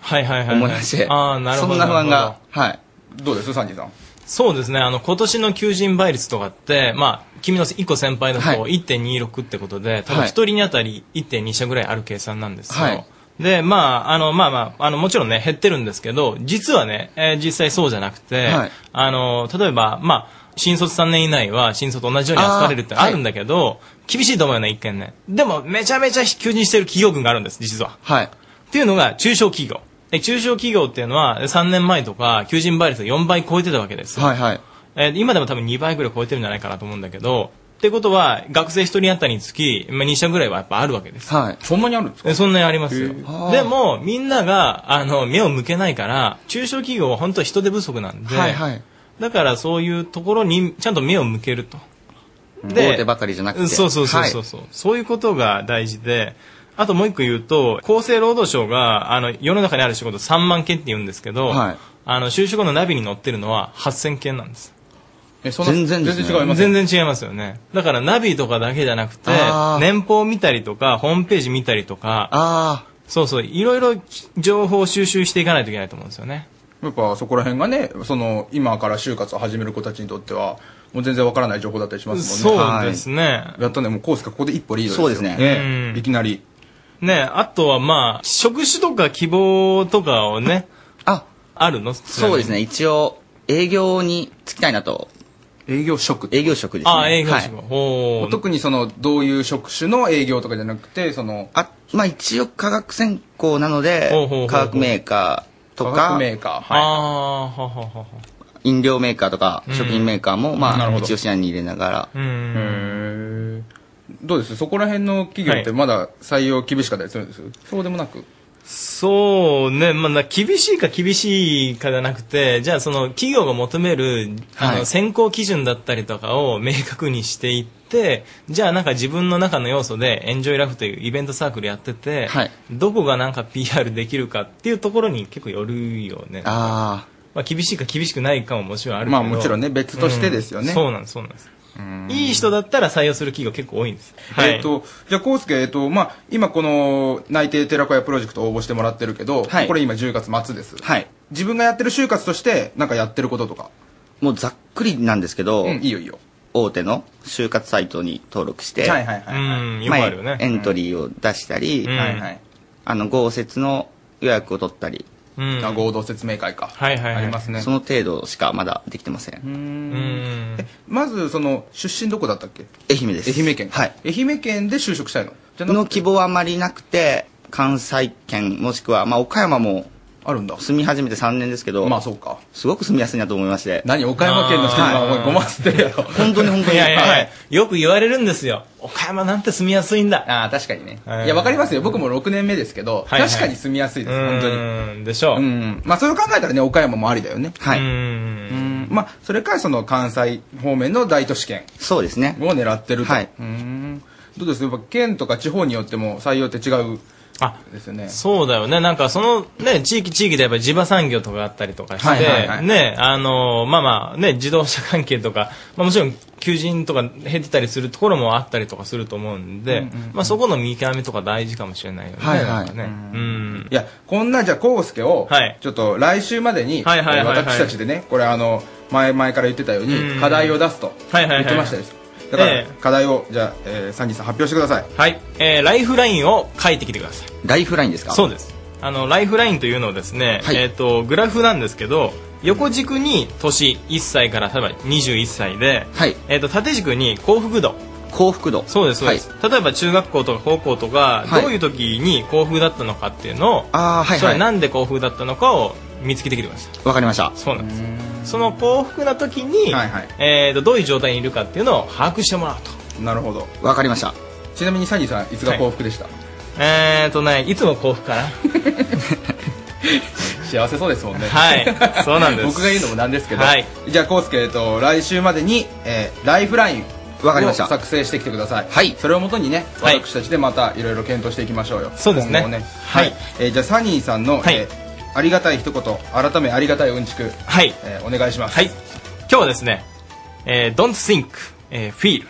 はいはいはいはい。
思いまして
ああ、なるほど。
そんな不安
るほ
がはいどうですサンジさん
そうですね、あの、今年の求人倍率とかって、まあ、君の一個先輩だと1.26ってことで、多分
はい
一人に当たり1.2社ぐらいある計算なんですよ。
はい
で、まあ、あの、まあまあ、あの、もちろんね、減ってるんですけど、実はね、えー実際そうじゃなくて、
はい
あの、例えば、まあ、新卒3年以内は新卒と同じように扱われるってあるんだけど、厳しいと思うよね、一見ね。でも、めちゃめちゃ求人してる企業群があるんです、実は。
はい。
っていうのが、中小企業。で中小企業っていうのは、3年前とか、求人倍率が4倍超えてたわけですよ。
はいはい
えー今でも多分2倍ぐらい超えてるんじゃないかなと思うんだけど、ってことは、学生1人当たりにつき、まあ、2社ぐらいはやっぱあるわけです。
はいそんなにあるんですか
えそんなにありますよ
へー。
でも、みんなが、あの、目を向けないから、中小企業は本当は人手不足なんで、
はいはい
だからそういうところにちゃんと目を向けると。
大手ばかりじゃなくて
うんそうそうそうそうそう、そういうことが大事で、あともう一個言うと、厚生労働省が、あの、世の中にある仕事3万件って言うんですけど、
はい
あの、就職のナビに載ってるのは8000件なんです。
えそんな全然ですね全然違いますね
全然違いますよね。だからナビとかだけじゃなくて
あー、
年報見たりとか、ホームページ見たりとか、そうそう、いろいろ情報収集していかないといけないと思うんですよね。
やっぱそこら辺がねその今から就活を始める子たちにとってはもう全然わからない情報だったりしますもんね
そうですね
はいやったねもうコースがここで一歩リードですよ
そうですね
ええいきなり
ねあとはまあ、職種とか希望とかをね、
あ、
あるの
そうですね、。一応、営業に就きたいなと。
営業職
営業職ですね。
あ営業職
はい
もう特にそのどういう職種の営業とかじゃなくてその
あまあ一応化学専攻なので
ほうほうほうほう
化学メーカーと
化
か
学メーカー
ああ、はははは。
飲料メーカーとか
うん
食品メーカーも
な
ま
る
あ
ほど
一応視野に入れなが
う
んどうですそこら辺の企業ってまだ採用厳しかったりするんです、そうでもなく
そうね、まあ、な厳しいか厳しいかじゃなくて、じゃあその企業が求める、あ
は
の、
い
選考基準だったりとかを 明確にしていって、じゃあなんか自分の中の要素でエンジョイラフというイベントサークルやってて、どこがなんか PR できるかっていうところに結構よるよね。
あ
まあ厳しいか厳しくないかももちろんあるけど。
まあもちろんね別としてですよね
うんそうなんです、そうなんです。いい人だったら採用する企業結構多いんです。はい
えっ、と、じゃあ、康介、えっ、と、まあ、今この内定寺子屋プロジェクト応募してもらってるけど、
はい
これ今10月末です。自分がやってる就活として、なんかやってることとか。
らもうざっくりなんですけど
うんいいよいいよ
大手の就活サイトに登録して
はいはいはいはいうんよく
ま
あるよね
エントリーを出したり
うんはいはい
あの豪雪の予約を取ったり
うん
あ合同説明会か。
はいはい
はいありますね
その程度しかまだできてません
えまず、その、出身どこだったっけ
愛媛です
愛媛県。
はい
愛媛県で就職したいのじゃなく
の希望はあまりなくて関西圏もしくは、まあ、岡山も
あるんだ
住み始めて3年ですけど
まあそうか
すごく住みやすいなと思いまして
何岡山県の人にはお前ごまつってるやろ
本当に本当に
いやいや、
は
はいい、 よく言われるんですよ。岡山なんて住みやすいんだ。
ああ、確かにね。
はい
や、わかりますよ。僕も6年目ですけど、
はいはい
確かに住みやすいです、本当
に。でしょう。
ん。まあ、それを考えたらね、岡山もありだよね。
はい。
うん。まあ、それからその関西方面の大都市圏。
そうですね。
を狙ってると。はい。うん。どうですやっぱ県とか地方によっても採用って違う。
あ、
ですよね。
そうだよね。なんかそのね、地域地域でやっぱり地場産業とかあったりとかして、
はいはいはい
ね、あの、まあまあね、自動車関係とか、まあもちろん求人とか減ってたりするところもあったりとかすると思うん
うんう
で、
んうん
まあそこの見極めとか大事かもしれないよね。
はいはい
なんかね。うん。
いや、こんなじゃあ、コウスケを、ちょっと来週までに、
はいはいはいはい
私たちでね、これあの、前々から言ってたよう
う
に、
ん
課題を出すと
はい
言
はいはい
ってましたです。だから、
え
課題を、じゃあ、えーサンジさん発表してください。
はい。えーライフラインを書いてきてください。
ライフラインですか
そうです。あの、ライフラインというのはですね、えっ、と、グラフなんですけど、横軸に年1歳から例えば21歳で、えっ、と、縦軸に幸福度。
幸福度。
そうです、そうです。例えば中学校とか高校とか、
はい
どういう時に幸福だったのかっていうのを、
あーはいはい
それはなんで幸福だったのかを見つけてきてください。
わかりました
そうなんです。その幸福な時に、えっ、と、どういう状態にいるかっていうのを把握してもらうと。
なるほど。
わかりました
ちなみにサニーさんいつが幸福でした、
えっ、とね、いつも幸福かな。
幸せそうですもんね
はいそうなんです
僕が言うのもなんですけど、
はい
じゃあコウスケ、えっと、来週までに、えーライフライン
わかりました
を作成してきてください、それをもとにね私たちでまたいろいろ検討していきましょうよ
そうですね
今後はい、えーじゃあサニーさんの、えーありがたい一言改めありがたいうんちく、
はい
えーお願いします
はい今日はですね、えー Don't think, えー feel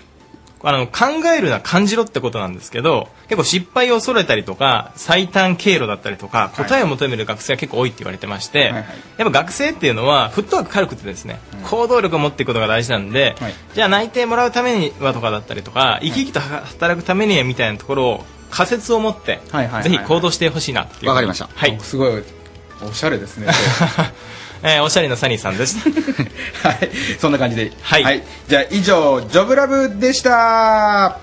こあの、考えるな、感じろってことなんですけど、結構失敗を恐れたりとか、最短経路だったりとか、答えを求める学生が結構多いって言われてまして、やっぱ学生っていうのは、フットワーク軽くてですね、行動力を持っていくことが大事なんで、じゃあ内定もらうためにはとかだったりとか、生き生きと働くためにはみたいなところを、仮説を持って、
はいはい
ぜひ行動してほしいなっていう。わかりました。はい。
すごい、おしゃれですね。
えーおしゃれなサニーさんでした。
そんな感じで。はい。じゃあ、以上、ジョブラブでした。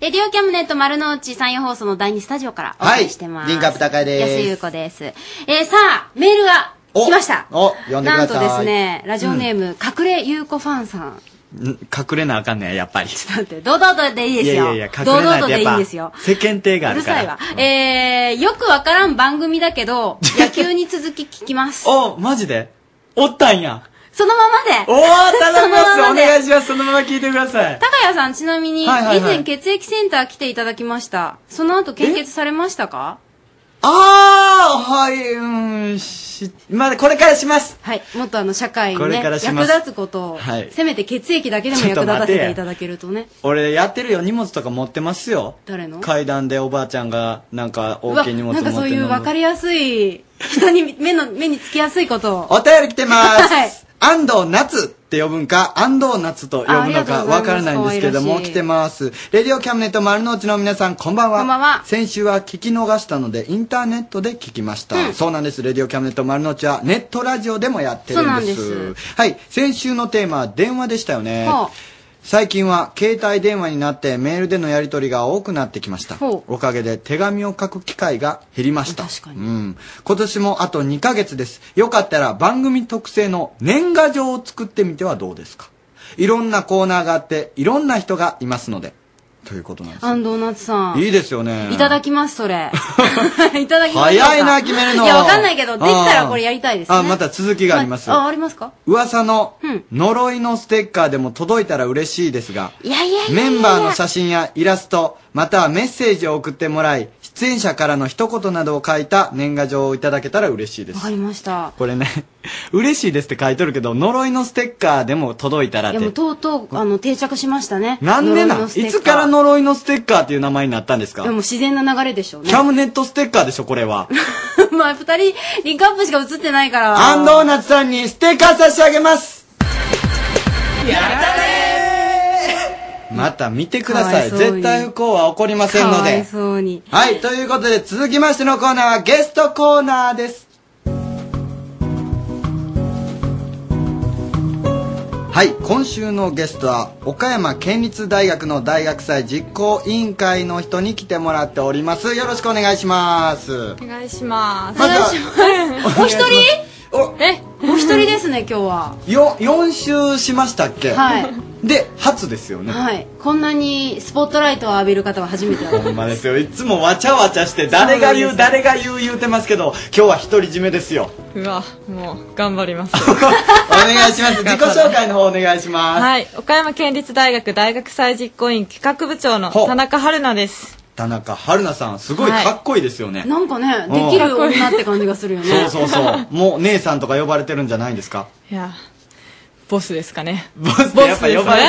レディオキャムネット丸の内山陽放送の第2スタジオからお送りしてます。
リンクアップ高いです。
安井優子です。えー、さあ、メールが来ました。
お、読んでく
な
だ
ん
さ
と
い。
ですね、ラジオネーム、隠れ優子ファンさん。
隠れなあかんねややっぱり
だって、堂々とでいいですよ。
やいやいや隠
堂
れない
々と
とや
で
っ
いい
ぱ
んですよ。
世間体があ
うる
るか
さ
ら
いわ。えー、よくわからん番組だ けど、野球に続き聞きます。
おマジでおったんや
そのままで
おお頼みま
そ
す
のま
お
まで
願いしますそのまま聞いてください
高谷さん、ちなみに、以
はいはいはい
前血液センター来ていただきました。その後、献血されましたか
ああはいうんしまだこれからします
はい。もっとあの、社会に
こ
ね、
れからし
役
ます
立つことを、
はい
せめて血液だけでも役立たせていただけるとね。
俺やってるよ荷物とか持ってますよ
誰の
階段でおばあちゃんがなんか
う
大
わ
きい荷物持っ
なん
て
かそう
飲
い
ん
う
で
分かりやすい、人に目の、目につきやすいことを。
お便り来てます。
はい
安藤夏って呼ぶんか、安藤夏と呼
ああ
ぶ
り
の
がとう
か
ございま
わ
す
からないんですけど
可愛
も、
らしい
来てます。レディオキャムネット丸の内の皆さん、こんばんは。
こんばんは
先週は聞き逃したので、インターネットで聞きました。そうなんです。レディオキャムネット丸の内はネットラジオでもやってるんです。
そうなんで
はい。先週のテーマは電話でしたよね。
ほ
最近は携帯電話になってメールでのやり取りが多くなってきました
ほ
おかげで手紙を書く機会が減りましたうん、今年もあと2ヶ月ですよかったら番組特製の年賀状を作ってみてはどうですかいろんなコーナーがあっていろんな人がいますのでということなんです
安藤夏さん。
いいですよね
いただきます、そ れ。いただきます。
早いな決めるの
いや、わかんないけど、できたらこれやりたいですね。
あまた続きがあります、
あ、ありますか
噂の呪いのステッカーでも届いたら嬉しいですが
いやいやいやいや
メンバーの写真やイラスト、またはメッセージを送ってもらい、出演者からの一言などを書いた年賀状をいただけたら嬉しいで
わか
す。
りました。
こ れね嬉しいですって書いとるけど呪いのステッカーでも届いたらっ
いや、も
て
うとうとう、あの、定着しましたね。
なんでなんい
呪のステッカー
つから呪いのステッカーっていう名前になったんですか
いや、もう自然な流れでしょうね
キ。ャムネットステッカーでしょこれ は
まあ、二人、リンクアップしか映ってないから。
安藤夏さんにステッカー差し上げますまた見てくだ
か
さ
わ
い。
いそうに
絶対不幸は起こりませんの
かわ
で
い。そうに。
はい、ということで続きましてのコーナーはゲストコーナーです。はい、今週のゲストは岡山県立大学の大学祭実行委員会の人に来てもらっております。よろしくお願いします。
お願いします。
まずは
お一人え、お一人 ですね、今日は。
よ、4週しましたっけ
はい。
で、初ですよね。
はい。こんなにスポットライトを浴びる方は初めてだ。
ほんまですよいつもわちゃわちゃして誰が言う誰が言う言うてますけど今日は独り占めですよ
うわ、もう、頑張ります。
お願いします自己紹介の方お願いします、
はい、岡山県立大学大学祭実行委員企画部長の田中春菜です。
田中春菜さん、すごいかっこいいですよね。
なんかね、
うん
できる女って感じがするよね。
そ うそうそう。もう姉さんとか呼ばれてるんじゃないんですか
いや、ボスですかね。
ボスってやっぱ呼ばれ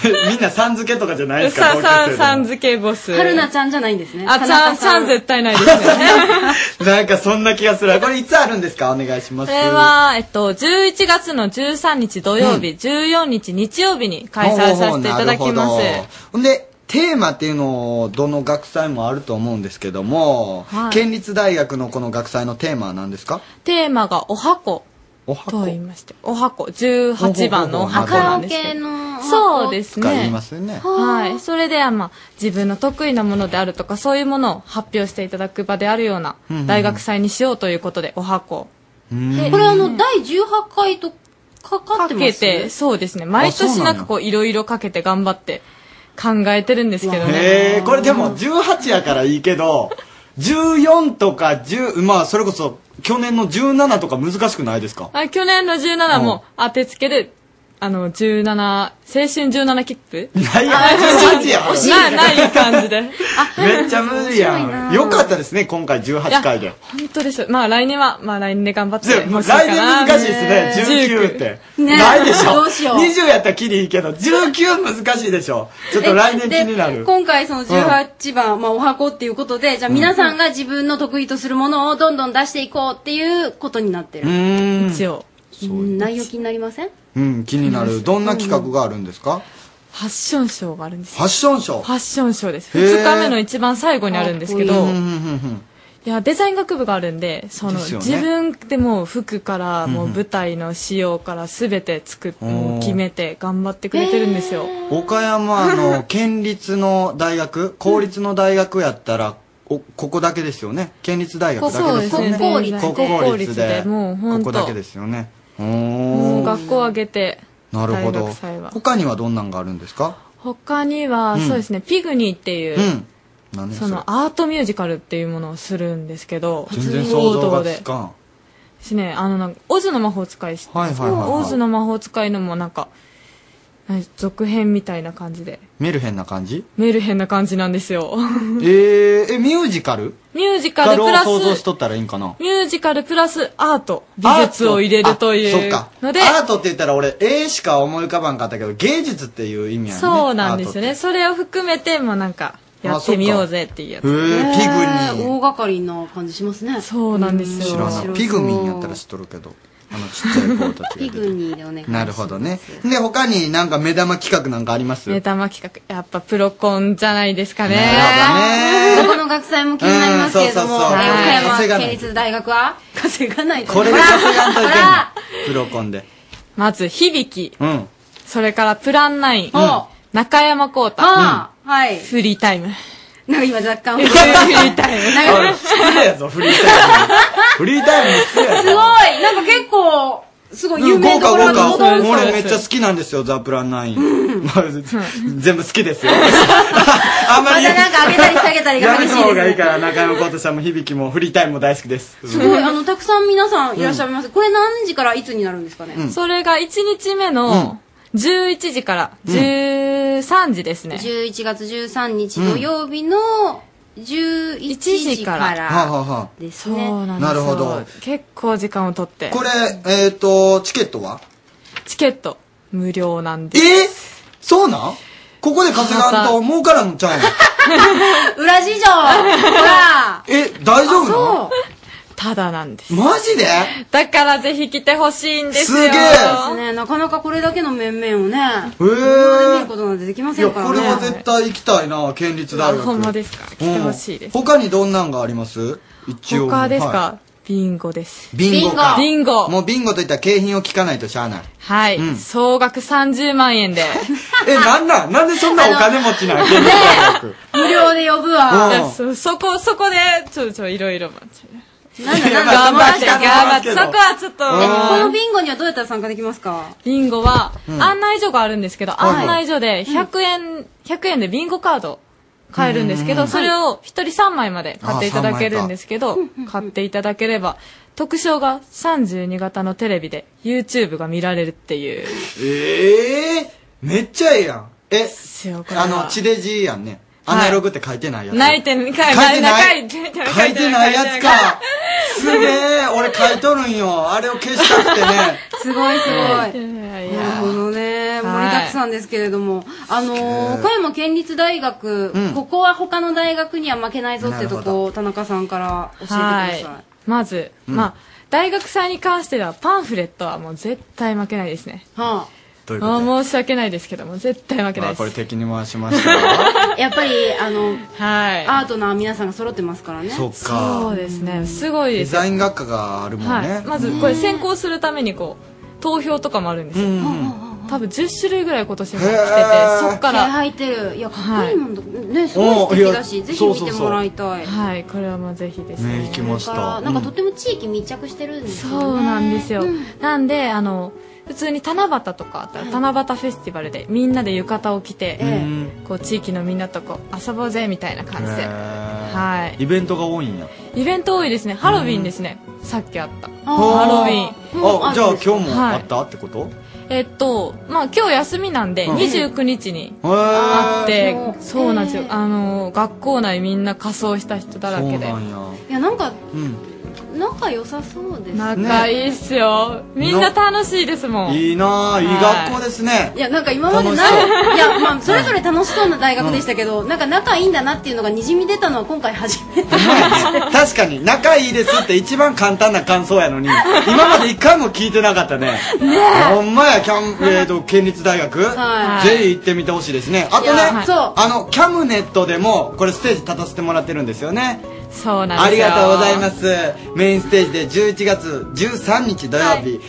てる、みんなさん付けとかじゃないですか
さんさんさ
ん
ん付けボス。
春菜ちゃんじゃないんですね。
あ、
田
ちゃ
中
ん、ち
さ
ゃん絶対ないですね。
なんかそんな気がする。これいつあるんですかお願いしま
こ
す。
れは、えっと、11月の13日土曜日、14日日曜日に開催させていただきま
ほうほう
す
な。るほどほんでテーマっていうのをどの学祭もあると思うんですけども、
はい
県立大学のこの学祭のテーマは何ですか
テーマがお箱
お箱
と言いまして、お箱、18番のお箱なんですけど。そうです
とか言い
ね
ま。すよね
はい。それで、あまあ、自分の得意なものであるとか、そういうものを発表していただく場であるような
うんうんうん
大学祭にしようということで、お箱
んこれあの、第18回とかか
か
ってます
けて、そうですね。毎
あそう
年
なんや
なんかこう、いろいろかけて頑張って考えてるんですけど
へえ
ね。
これでも18やからいいけど14とか10まあそれこそ去年の17とか難しくないですか
あ去年の17も当てつけであの、17、青春17切符ない
やマジや惜しい
な、ない感じで。
めっちゃ無理や
面白い
ん。
な
よかったですね、今回18回で。
本当です。まあ来年は、まあ来年で頑張って
じゃあ
ほしいかな。
来年難しいですね、19って。
ね
ないでしょ。
どうしよう
20やったらきりいいけど、19難しいでしょ。ちょっと来年気にな
で
る。
今回その18番、まあお箱っていうことで、じゃあ皆さんが自分の得意とするものをどんどん出していこうっていうことになってる。
一
応。
うん内容気になりません
うん、気になる。どんな企画があるんですか
ファッションショーがあるんですよ。
ファッションショー
ファッションショーです。
へー
2日目の一番最後にあるんですけど、
うんうん
いや、デザイン学部があるんで、その、
ですよね
自分でもう服から、
うんうん
もう舞台の仕様から全て作って、もう決めて頑張ってくれてるんですよ。
岡山 の県立の大学、公立の大学やったら、おここだけですよね。県立大学だけですよね。
そうですね
国公
国公
立
立
で
で。もうほん
ことこだけですよね。お
も
ー
う学校を挙げて、
なるほ
大
ど
学祭は。
他にはどんなんがあるんですか
他には、
うん
そうですね、ピグニーっていう、
うん。何
そ
それ
のアートミュージカルっていうものをするんですけど、
全然想像がつかん。
ですね、あの、なんか、オズの魔法使いして、
はいはいはいはい
オズの魔法使いのもなんか、なんか続編みたいな感じで、
メルヘンな感じ
メルヘンな感じなんですよ。
えー、え、ミュージカル
ミュージカルプラ
を想像し
ス、
とったらいいんかな
ミュージカルプラスアート、美術を入れると
あそっ
いう
か。
ので、
アートって言ったら俺、絵しか思い浮かばんかったけど、芸術っていう意味やね。
そうなんですよ
アー
ね。それを含めて、もうなんか、やってみようぜっていうやつ。
あそっかへーピグミ
大掛かりな感じしますね
そうなんです
トって。知らない。ピグミンやったら知っとるけど。あのちっちゃい子たちが
ピ
いる。
グニーでお願 いします
なるほどね。で、他になんか目玉企画なんかあります
ネタマ企画、やっぱプロコンじゃないですかね。
そこの学祭も気になりますけれども、
う
え
ん
ー
そうそうそう
岡
稼が
山
ない
県立大学は稼がないと
これで稼がんといてん
あ
の
ら。
プロコンで。
まず、響き、
うん。
それからプランナイン、
うん
中山光太、
ああはい。
フリータイム。
なんか今若 干。
フリータイム。
あれ失礼やぞ、フリータイム。フリータイム失礼やぞ
すごいなんか結構、すごい有名
豪
なと
華豪華
ころだと思ったんですよ
俺めっちゃ好きなんですよザ・プラン9、全部好きですよあんまり
またなんか上げたり下げたりが激しいですね
やめた方がいいから中山浩太さんも響きもフリータイムも大好きです
すごい、あの、たくさん皆さんいらっしゃいます。これ何時からいつになるんですかね、
それが1日目の11時から13時ですね。
11月13日土曜日の11時か
1時から
はあ
ら
はあはあ
ですね。
そうなんですよ
なるほど
結構時間をとって。
これえっ、とチケットは
チケット無料なん
え
です。
そうなんここで稼がんと儲からんのちゃうの
裏事情ほら
え大丈夫なの
ただなんです。
マジで
だからぜひ来てほしいんですよ。
すげえ
そうですね。なかなかこれだけの面々をね、
え
見ることなんてできま
い
せ
や
んから
こ
ね。
れは絶対行きたいな県立大学
ほんまですか。来てほしいです。
うん他にどんなんがあります一応
他ですか、
は
ビンゴです。
いビンゴか
ビンゴ。
もうビンゴといったら景品を聞かないとしゃあない
はい、
うん
総額30万円で。
え、なんなんなんでそんなお金持ちなん県立大学。
無料で呼ぶ
うん
わ。
そそこ、そこで、ちょ、ちょ、いろいろ。
なんだなんだ
頑張って、
頑
頑
張
張
っ
ってて。そこはちょっと、
えこのビンゴにはどうやったら参加できますか
ビンゴは、
うん
案内所があるんですけど、
はいはい
案内所で100円、100円でビンゴカード買えるんですけ
う
ど、
ん
それを1人3枚まで買っていただけるんですけ
あ
ど
三枚、
買っていただければ、特賞が32型のテレビで YouTube が見られるっていう。
ええめっちゃええやん。え、
これは
あの、地デジやんね。アナログって書いてないやつ。
泣いてる、書いて
書いてな
ないい。書いて
書いてないやつか。すげえ、俺書いとるんよ。あれを消したくて ね。
すごいすごい。
な
るほどね。盛りだくさんですけれども。あの
すげ
ー、
え
岡山県立大学
うん、
ここは他の大学には負けないぞってと
なるほ
こを田中さんから教えてくだ
は
さ
い。まず、
うん
まあ、大学祭に関してはパンフレットはもう絶対負けないですね。
は
どういうこと
あ申し訳ないですけども、絶対負けない
あ
です
こ。れ敵に回しましたよ。
い。やっぱり、あの、
ア
ートな皆さんが揃ってますからね。
そっか。
そうですね。 すごい
デ
ですよ。
ザイン学科があるもん
は
ね
い。。まず、これ選考するためにこう、投票とかもあるんですよ。多分10種類ぐらい今年も来てて
へー、
そっか
気合
ら。
入ってる。いや、かっこいいもんだ。ね、すごい素敵だし、ぜひ見てもらいたい。
はい、これはもうぜひです
ね行きまし
だから
た。
なんか
う
と
ん
っても地域密着してるんですよね。
そうなんですよ。なんで、あの、普通に七夕とかあったら七夕フェスティバルでみんなで浴衣を着て、こう地域のみんなとこう遊ぼうぜみたいな感じで、
へ
は
イベントが多いんや
い、イベント多いですねハロウィンですね、さっきあった
あー
ハロウィンも
あじゃあ今
る
日も
は
あ
い
ったってこと、
えっとまあ今日休みなんで、
うん
29日に
へー
あってそうなんですよ、あの学校内みんな仮装した人だらけで
そうなんや
いやなんか
うん
仲良さそうです
仲いいっすよ、みんな楽しいですもん
いいなあいい
はい
学校ですね
いやなんか今まで
楽しそ
な
う
いやまあそれぞれ楽しそうな大学でしたけど、なんか仲いいんだなっていうのがにじみ出たのは今回初めて
確かに仲いいですって一番簡単な感想や のに今まで一回も聞いてなかったね
ね
ほんまやキャ ン、えー、と県立大学、
はい
ぜひ行ってみてほしいですねあとね
いやはい
あのキャムネットでもこれステージ立たせてもらってるんですよね
そうな
あ
んで
り
すよ
がとうございますメインステージで11月13日土曜日、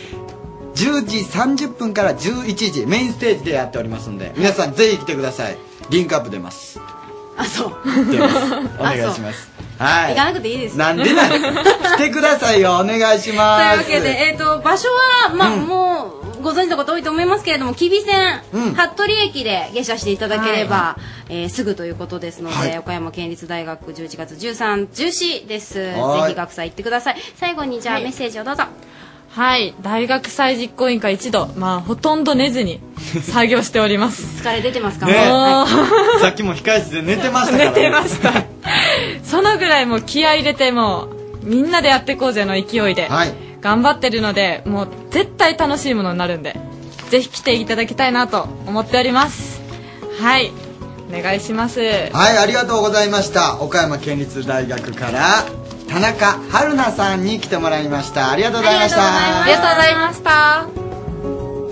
10時30分から11時メインステージでやっておりますので皆さんぜひ来てくださいリンクアップ出ます
あそう
出ますお願いしますは
行
い
かなくていいです
なんでなん来てくださいよお願いし
と
ま
いう
す
わけで、えー、と場所は、まあもうご存知の方多いと思いますけれども吉備線、服部駅で下車していただければ、えーすぐということですので、
はい
岡山県立大学11月1314ですぜ
はい
ひ学祭行ってください最後にじゃあ、メッセージをどうぞ
はい大学祭実行委員会一度まあほとんど寝ずに作業しておりま す
疲れ出てますか、
ね
もうは
さっきも控室で寝てましたから、
寝てましたそのぐらいもう気合い入れてもうみんなでやってこうぜの勢いで、頑張ってるのでもう絶対楽しいものになるんでぜひ来ていただきたいなと思っておりますはいお願いします
はいありがとうございました岡山県立大学から田中春菜さんに来てもらいましたありがとうございました
ありがとうございました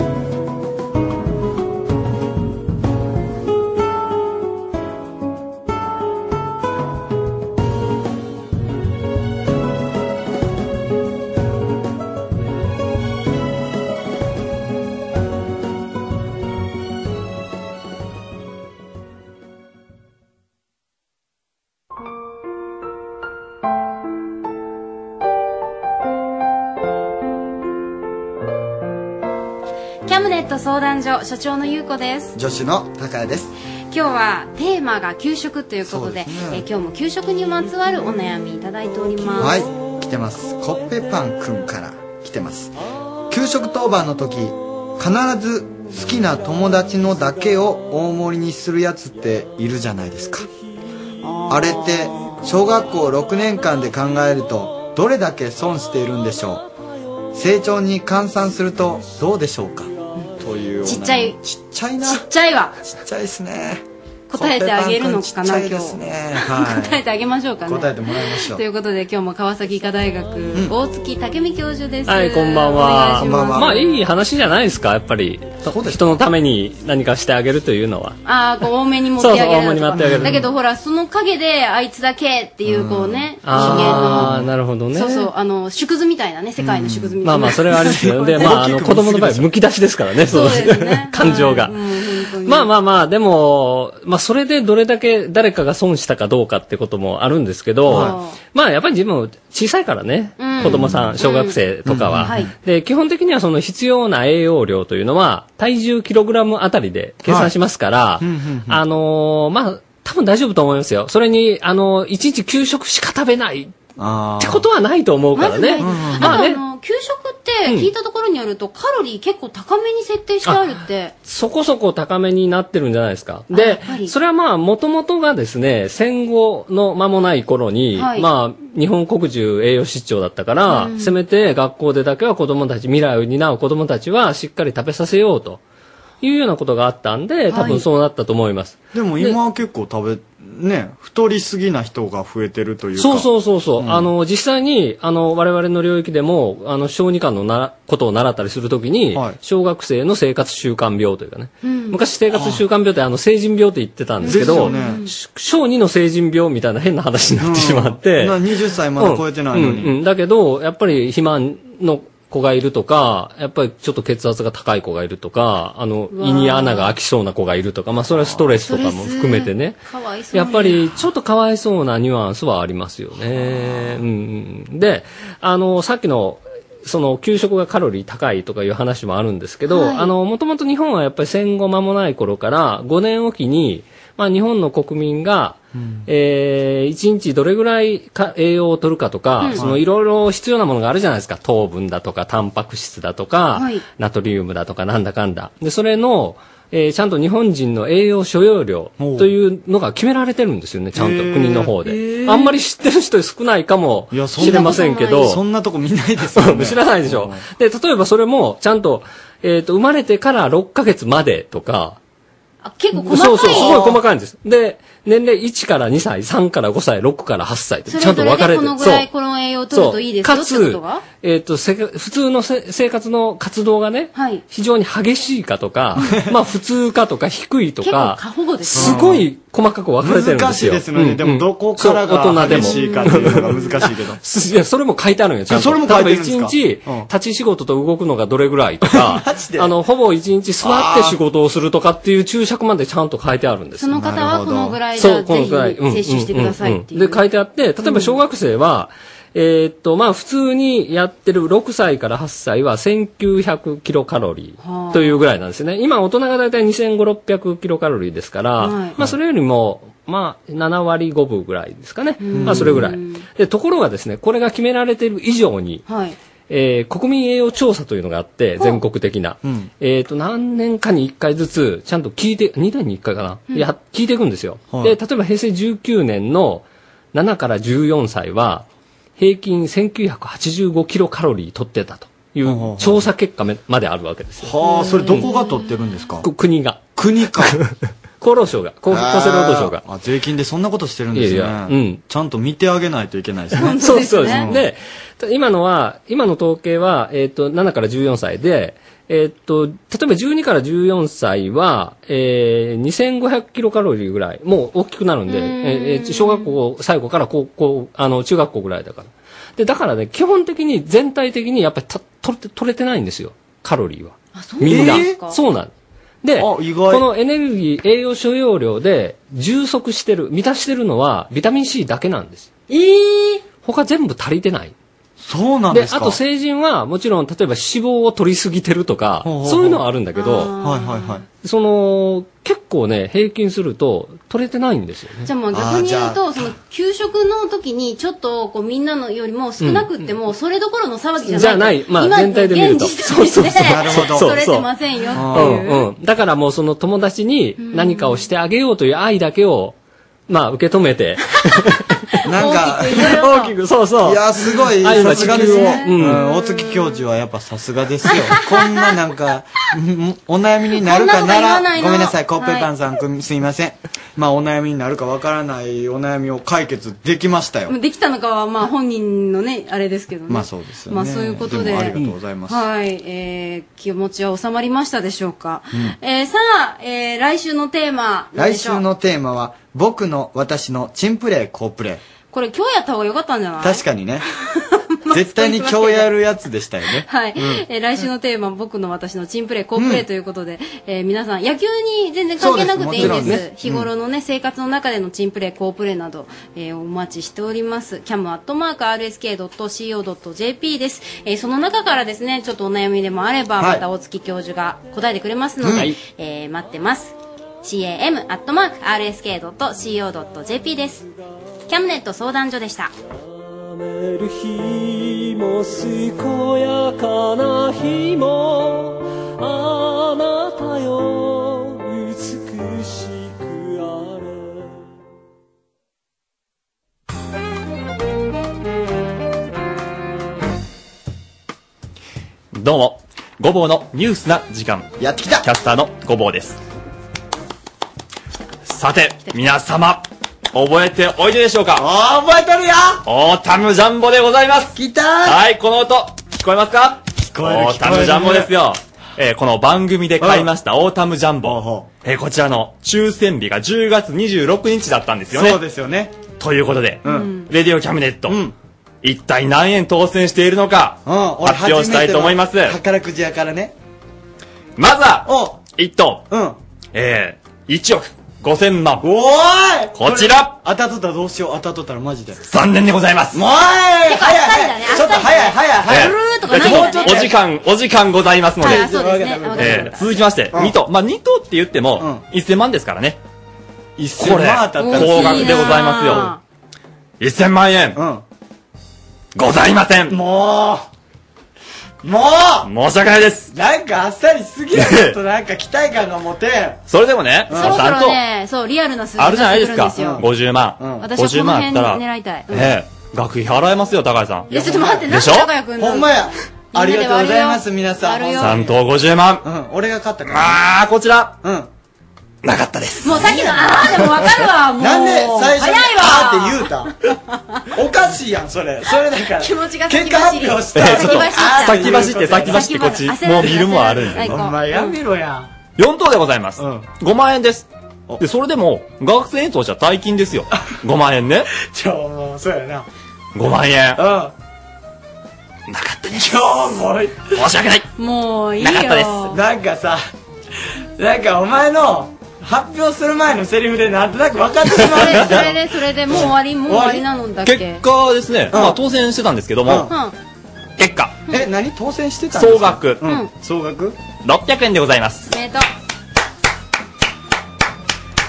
いキャムネット相談所所長の優子です
女子の高谷です
今日はテーマが給食ということでえー今日も給食にまつわるお悩みいただいております、
はい来てますコッペパンくんから来てます給食当番の時必ず好きな友達のだけを大盛りにするやつっているじゃないですかあれって小学校6年間で考えるとどれだけ損しているんでしょう成長に換算するとどうでしょうかというお悩み
ちっちゃい
ちっちゃいな
ちっちゃいわ
ちっちゃいですね
答えてあげるのかな
コッペパンくんちっちゃいで
今日
すねはい
答えてあげましょうかね
答えてもらいましょう
ということで今日も川崎医科大学、大月武美教授です
はい、こんばんは。
お願いします
まあ、いい話じゃないですか、やっぱり。人のために何かしてあげるというのは。
ああこう多めに持ってあげるとか
そうそう多めに持ってあげる
だけどほらその陰であいつだけっていうこうね、
ああ、なるほどね。
そうそうあの縮図みたいなね世界の縮図み
ま
たいな、
あまあ、それはあれです よ。で、
大きく
まあ、あの、子供の場合、むき出しですからね、そうです ね。感情が。まあまあまあ、でも、まあ、それでどれだけ誰かが損したかどうかってこともあるんですけど、
は
まあ、やっぱり自分も小さいからね、
うん
子供さん、小学生とかは。
うんはい
で、基本的にはその必要な栄養量というのは、体重キログラムあたりで計算しますから、あのーまあ、多分大丈夫と思いますよ。それに、あのーいちいち給食しか食べないってことはないと思うか
ま
ら
ずね、
ね。
あ
ま
と
あ
あ
ね、
の給食って聞いたところによると、カロリー結構高めに設定してあるって
そこそこ高めになってるんじゃないですか。で、それはまあ、もともとがですね、戦後の間もない頃に、
はい
まあ、日本国中栄養失調だったから、
うん
せめて学校でだけは子供たち、未来を担う子供たちはしっかり食べさせようというようなことがあったんで、多
は
分
い
そうなったと思います。
でも今は結構食べね太りすぎな人が増えてるというか
そうそうそうそう、あの実際にあの我々の領域でもあの小児科のならことを習ったりするときに、小学生の生活習慣病というかね、
うん
昔生活習慣病ってあの成人病って言ってたんですけど
ですよね
し小児の成人病みたいな変な話になってしまって、
な20歳まだ超えてないのに、
うんうんうんだけどやっぱり肥満の子がいるとかやっぱりちょっと血圧が高い子がいるとかあの
うわー
胃に穴が開きそうな子がいるとか、まあ、それはストレスとかも含めてね
かわいそうに
やっぱりちょっとかわいそうなニュアンスはありますよね。うんうん、で、あの、さっきのその給食がカロリー高いとかいう話もあるんですけど、
はい
あの、もともと日本はやっぱり戦後間もない頃から5年おきに、まあ日本の国民が、えー、1日どれぐらいか栄養を取るかとか、
うん
そのいろいろ必要なものがあるじゃないですか。糖分だとか、タンパク質だとか、
はい
ナトリウムだとか、なんだかんだ。で、それの、えーちゃんと日本人の栄養所要量というのが決められてるんですよね、ちゃんと
へー
国の方で
へ。ー
あんまり知ってる人少ないかもしれませんけど。
そんなとこ見ないです
知らないでしょ。で、例えばそれも、ちゃんと、えっ、と、生まれてから6ヶ月までとか、
あ結構細かい
そうそう、すごい細かいんです。で、年齢1から2歳、3から5歳、6から8歳って、
それ
ちゃんと
ぞ
分
れ
かれて
でこ
る。
のぐらいこの栄養を取るといいですよって
そう
こと
か
は
つ、えっ、と、せ普通のせ生活の活動がね、非常に激しいかと か、まあ普通かとか低いと
結構
か
過、保護です
すごい細かく分かれてるんですよ。
難しいですよね
うんうん
でもどこからが
そう大人でも
激しいかっていうのが難しいけど
すいや、それも書いてあるんよ、ちゃんと。
それも書いてるんですか
例えば一日、立ち仕事と動くのがどれぐらいと か、あの、ほぼ一日座って仕事をするとかっていう注釈までちゃんと書いてあるんですよ
その方はこのぐらい
そ
だ
う、こ
ぜ
の
ひ
くらい。
摂
うんうん
取してくださいっていう。
うんうんで、書いてあって、例えば小学生は、えーっと、まあ、普通にやってる6歳から8歳は1900キロカロリ
はあ
ーというぐらいなんですよね。今、大人がだいたい2500、600キロカロリーですから、
はい
まあ、それよりも、まあ、7割5分ぐらいですかね。
ん
まあ、それぐらい。で、ところがですね、これが決められている以上に、
はい。
えー国民栄養調査というのがあって、全国的な。えっ、と、何年かに1回ずつ、ちゃんと聞いて、2年に1回かな、
うん
いや、聞いていくんですよ。
はい
で、例えば平成19年の7から14歳は、平均1985キロカロリー取ってたという調査結果めまであるわけですよ。
はあそれどこが
取ってるんですか、国が。国か。 厚労省が、厚厚生労働省が。
あ税金でそんなことしてるんですね
いやいやう
ちゃんと見てあげないといけない ですね
そうそうですね。で、今のは、今の統計は、えっ、と、7から14歳で、えっ、と、例えば12から14歳は、えー、2500キロカロリーぐらい、もう大きくなるんで、
う
え
ーん
ーえー小学校最後から高校、あの、中学校ぐらいだから。で、だからね、基本的に全体的にやっぱりた取れて、取れてないんですよ、カロリーは。
そう
みんな。
なんですか
そうなの。で、このエネルギー、栄養所要量で充足してる、満たしてるのはビタミン C だけなんです。えー、他全部足りてない。そう
なんですか
あと成人はもちろん例えば脂肪を取りすぎてるとか、
ほうほう
そういうのはあるんだけど、
はいはいはい
その、結構ね、平均すると取れてないんですよね。
じゃあまあ逆に言うと、その給食の時にちょっとこうみんなのよりも少なくっても、それどころの騒ぎじゃない。
じゃない、まあ
今
全体で見ると。
現時点で 取れてませんよっていう。
うんうん。だからもうその友達に何かをしてあげようという愛だけを、まあ受け止めて。
なんか
大きく、そうそう。
いやすごい
愛の
さすがですね、
地球を
う
うん
ん、大月教授はやっぱさすがですよこんななんか んお悩みになるか
こんなこ
な
と言わ
ら
ないの
ごめんなさいコ
は
ッ
い
ペパンさん、くんすいませんまあお悩みになるかわからないお悩みを解決できましたよ
まあできたのかはまあ本人のね、あれですけどね。
まあそうですよね
まあそういうことで。
もありがとうございます、
はい、えー、気持ちは収まりましたでしょうか。
う
えー、さあ、えー、来週のテーマ、何
来
でしょ
週
う
のテーマは僕の私のチンプレイコープレイ
これ今日やった方が良かったんじゃない
確かに ね絶対に今日やるやつでしたよね
はい、
うん
えー来週のテーマ、僕の私のチンプレイ、コープレイということで、えー皆さん、野球に全然関係なくていい
そ
んです。
うですもちろんね
日頃のね、生活の中でのチンプレイ、コープレイなど、えーお待ちしております。cam.rsk.co.jp です。えーその中からですね、ちょっとお悩みでもあれば、
はい
また大月教授が答えてくれますので、
はい
えー待ってます。cam.rsk.co.jp です。キャムネット相談所でした。
める日も健やかな日もあなたよ美しくあれ
どうも、ごぼうのニュースな時間。やってきたキャスターのごぼうです。さて、皆様、覚えておいででしょうか覚えてるよオータムジャンボでございます来たはい、この音、聞こえますか聞
こえる
オータムジャンボですよ。えーこの番組で買いましたオータムジャンボ。えーこちらの抽選日が10月26日だったんですよね。
そうですよね
ということで、
うん
レディオキャムネット、一体何円当選しているのか、
俺
発表したいと思いま
初
す。
めての宝くじやからね
まずは、1等、えー、1億、 5000万。
おーい
こちら
当たっとったらどうしよう、当たっとったらマジで。
残念でございます
もうい早い早いちょっと早い早い早い。もうちょっと
お時間、お時間ございますので。
はいそうですねわかりました
えー続きまして、2等。まあ、2等って言っても、1000万ですからね。
1000万当たった
これ高額でございますよ。1000万円。ございません。
もうも
申し訳ないです。
うなんかあっさりすぎる ちょっとなんか期待感が持てん。
それでもね、
そろそ
3
ろね、そう、リアルな数字
等。あるじゃないで
出
す
てく
か。
るんですよ。
50万。
私は
50
この
万あっ
辺
たら、
狙いたい。
ええ、学費払えますよ、高橋さん。
いや、ちょっと待って、な
で
ん
しょ
で高谷君の
ほんまや。ありがとうございます、
みん
皆さん。
割るよ
ほん
3等50万。
まうん、俺が勝ったから。
あー、こちら。
うん。
もうさっきの、あーでもわかるわ、も う。
なんで最初に
早いわ
あーって言うたおかしいやん、それ。それだから。
気持ちが
結
先
果
走
発
り
表し
え
た。
えちょっと先走って先走ってこっちもう見るもあるんで
お前やめろや。
4等でございます。5万円です。で、それでも、学生演奏じゃ大 金ですよ。5万円ね。
ちょ、もう、そうやな。
5万円。
うん。なか
った
ね。今日も。
申し訳ない。
もういいよ。
なかったですなんかさ、なんかお前の発表する前のセリフでなんとなく分かってしまう
それで、それで、もう終わり、もう終わりなのだっけ。
結果ですね、まあ当選してたんですけども、
う
結果、
ん。え、
何当選して
総額、
うん
総額
600円でございます。
おめでとう。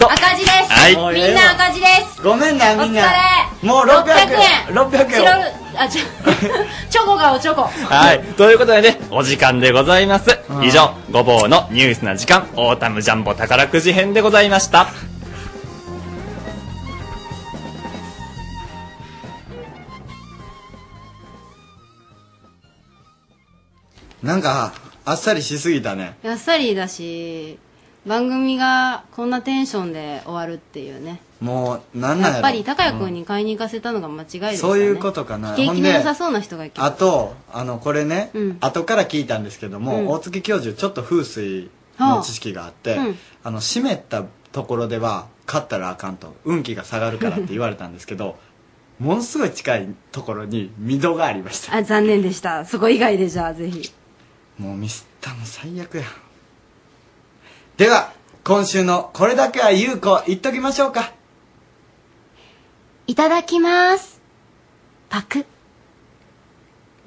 赤字です。
はい
みんな赤字です。
ごめんな、みんな。もう
600
600
円。
円。600
チロル
円。、
あ、ちょ、 チョコがおチョコ。
はい。ということでね、お時間でございます。以上、ごぼうのニュースな時間、オータムジャンボ宝くじ編でございました。
なんか、あっさりしすぎたね。
やっさりだし、番組がこんなテンションで終わるっていうね。
もう、なんなんやろ
やっぱり高谷君に買いに行かせたのが間違いですね。
そういうことかな。
景
ほ
気
ん
の良
で
さそうな人がいる。
あとあのこれね、後から聞いたんですけども、大月教授ちょっと風水の知識があって、
はあうん
あの湿ったところでは勝ったらあかんと運気が下がるからって言われたんですけどものすごい近いところに御戸がありました
あ、残念でした。そこ以外でじゃあぜひ。
もうミスったもう最悪やでは今週のこれだけは有効言っときましょうか
いただきます。パク。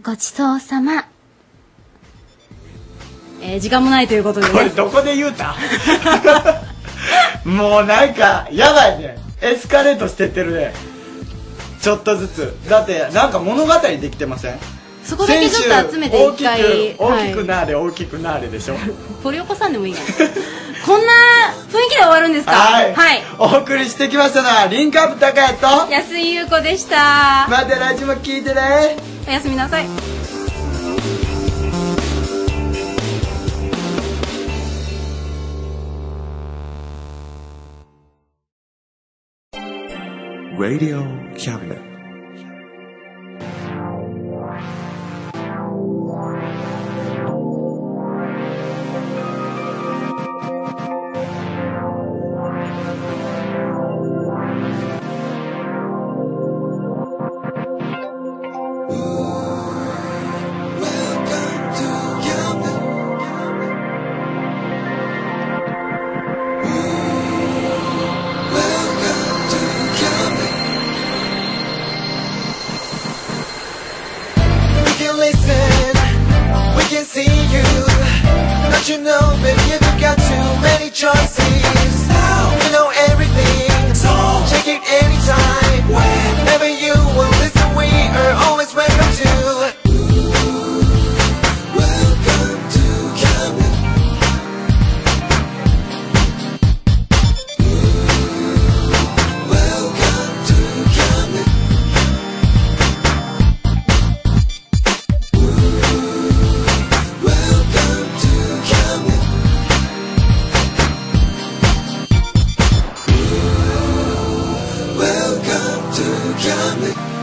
ごちそうさま。
えー時間もないということで
これ
ね。
どこで言うた もうなんかやばいねエスカレートしてってるねちょっとずつだってなんか物語できてません
そこだけちょっと集めて一回
先週大きく
はい
大きくなーれ、大きくなーれでしょ
堀岡さんでもいいや こんな雰囲気で終わるんですか
はい
はい。
お送りしてきましたのはリンクアップ高谷と
安井優子でした。
また来週も聞いてね。
おやすみなさい。
Radio Cabinet.
We can listen, we can see you. Don't you know, baby, you've got too many choices. Now we know everything, so check it anytime. Whenever you will listen, we are always welcome to. Welcome to Camden. Welcome to Camden. Welcome to Camden. Welcome to Camden.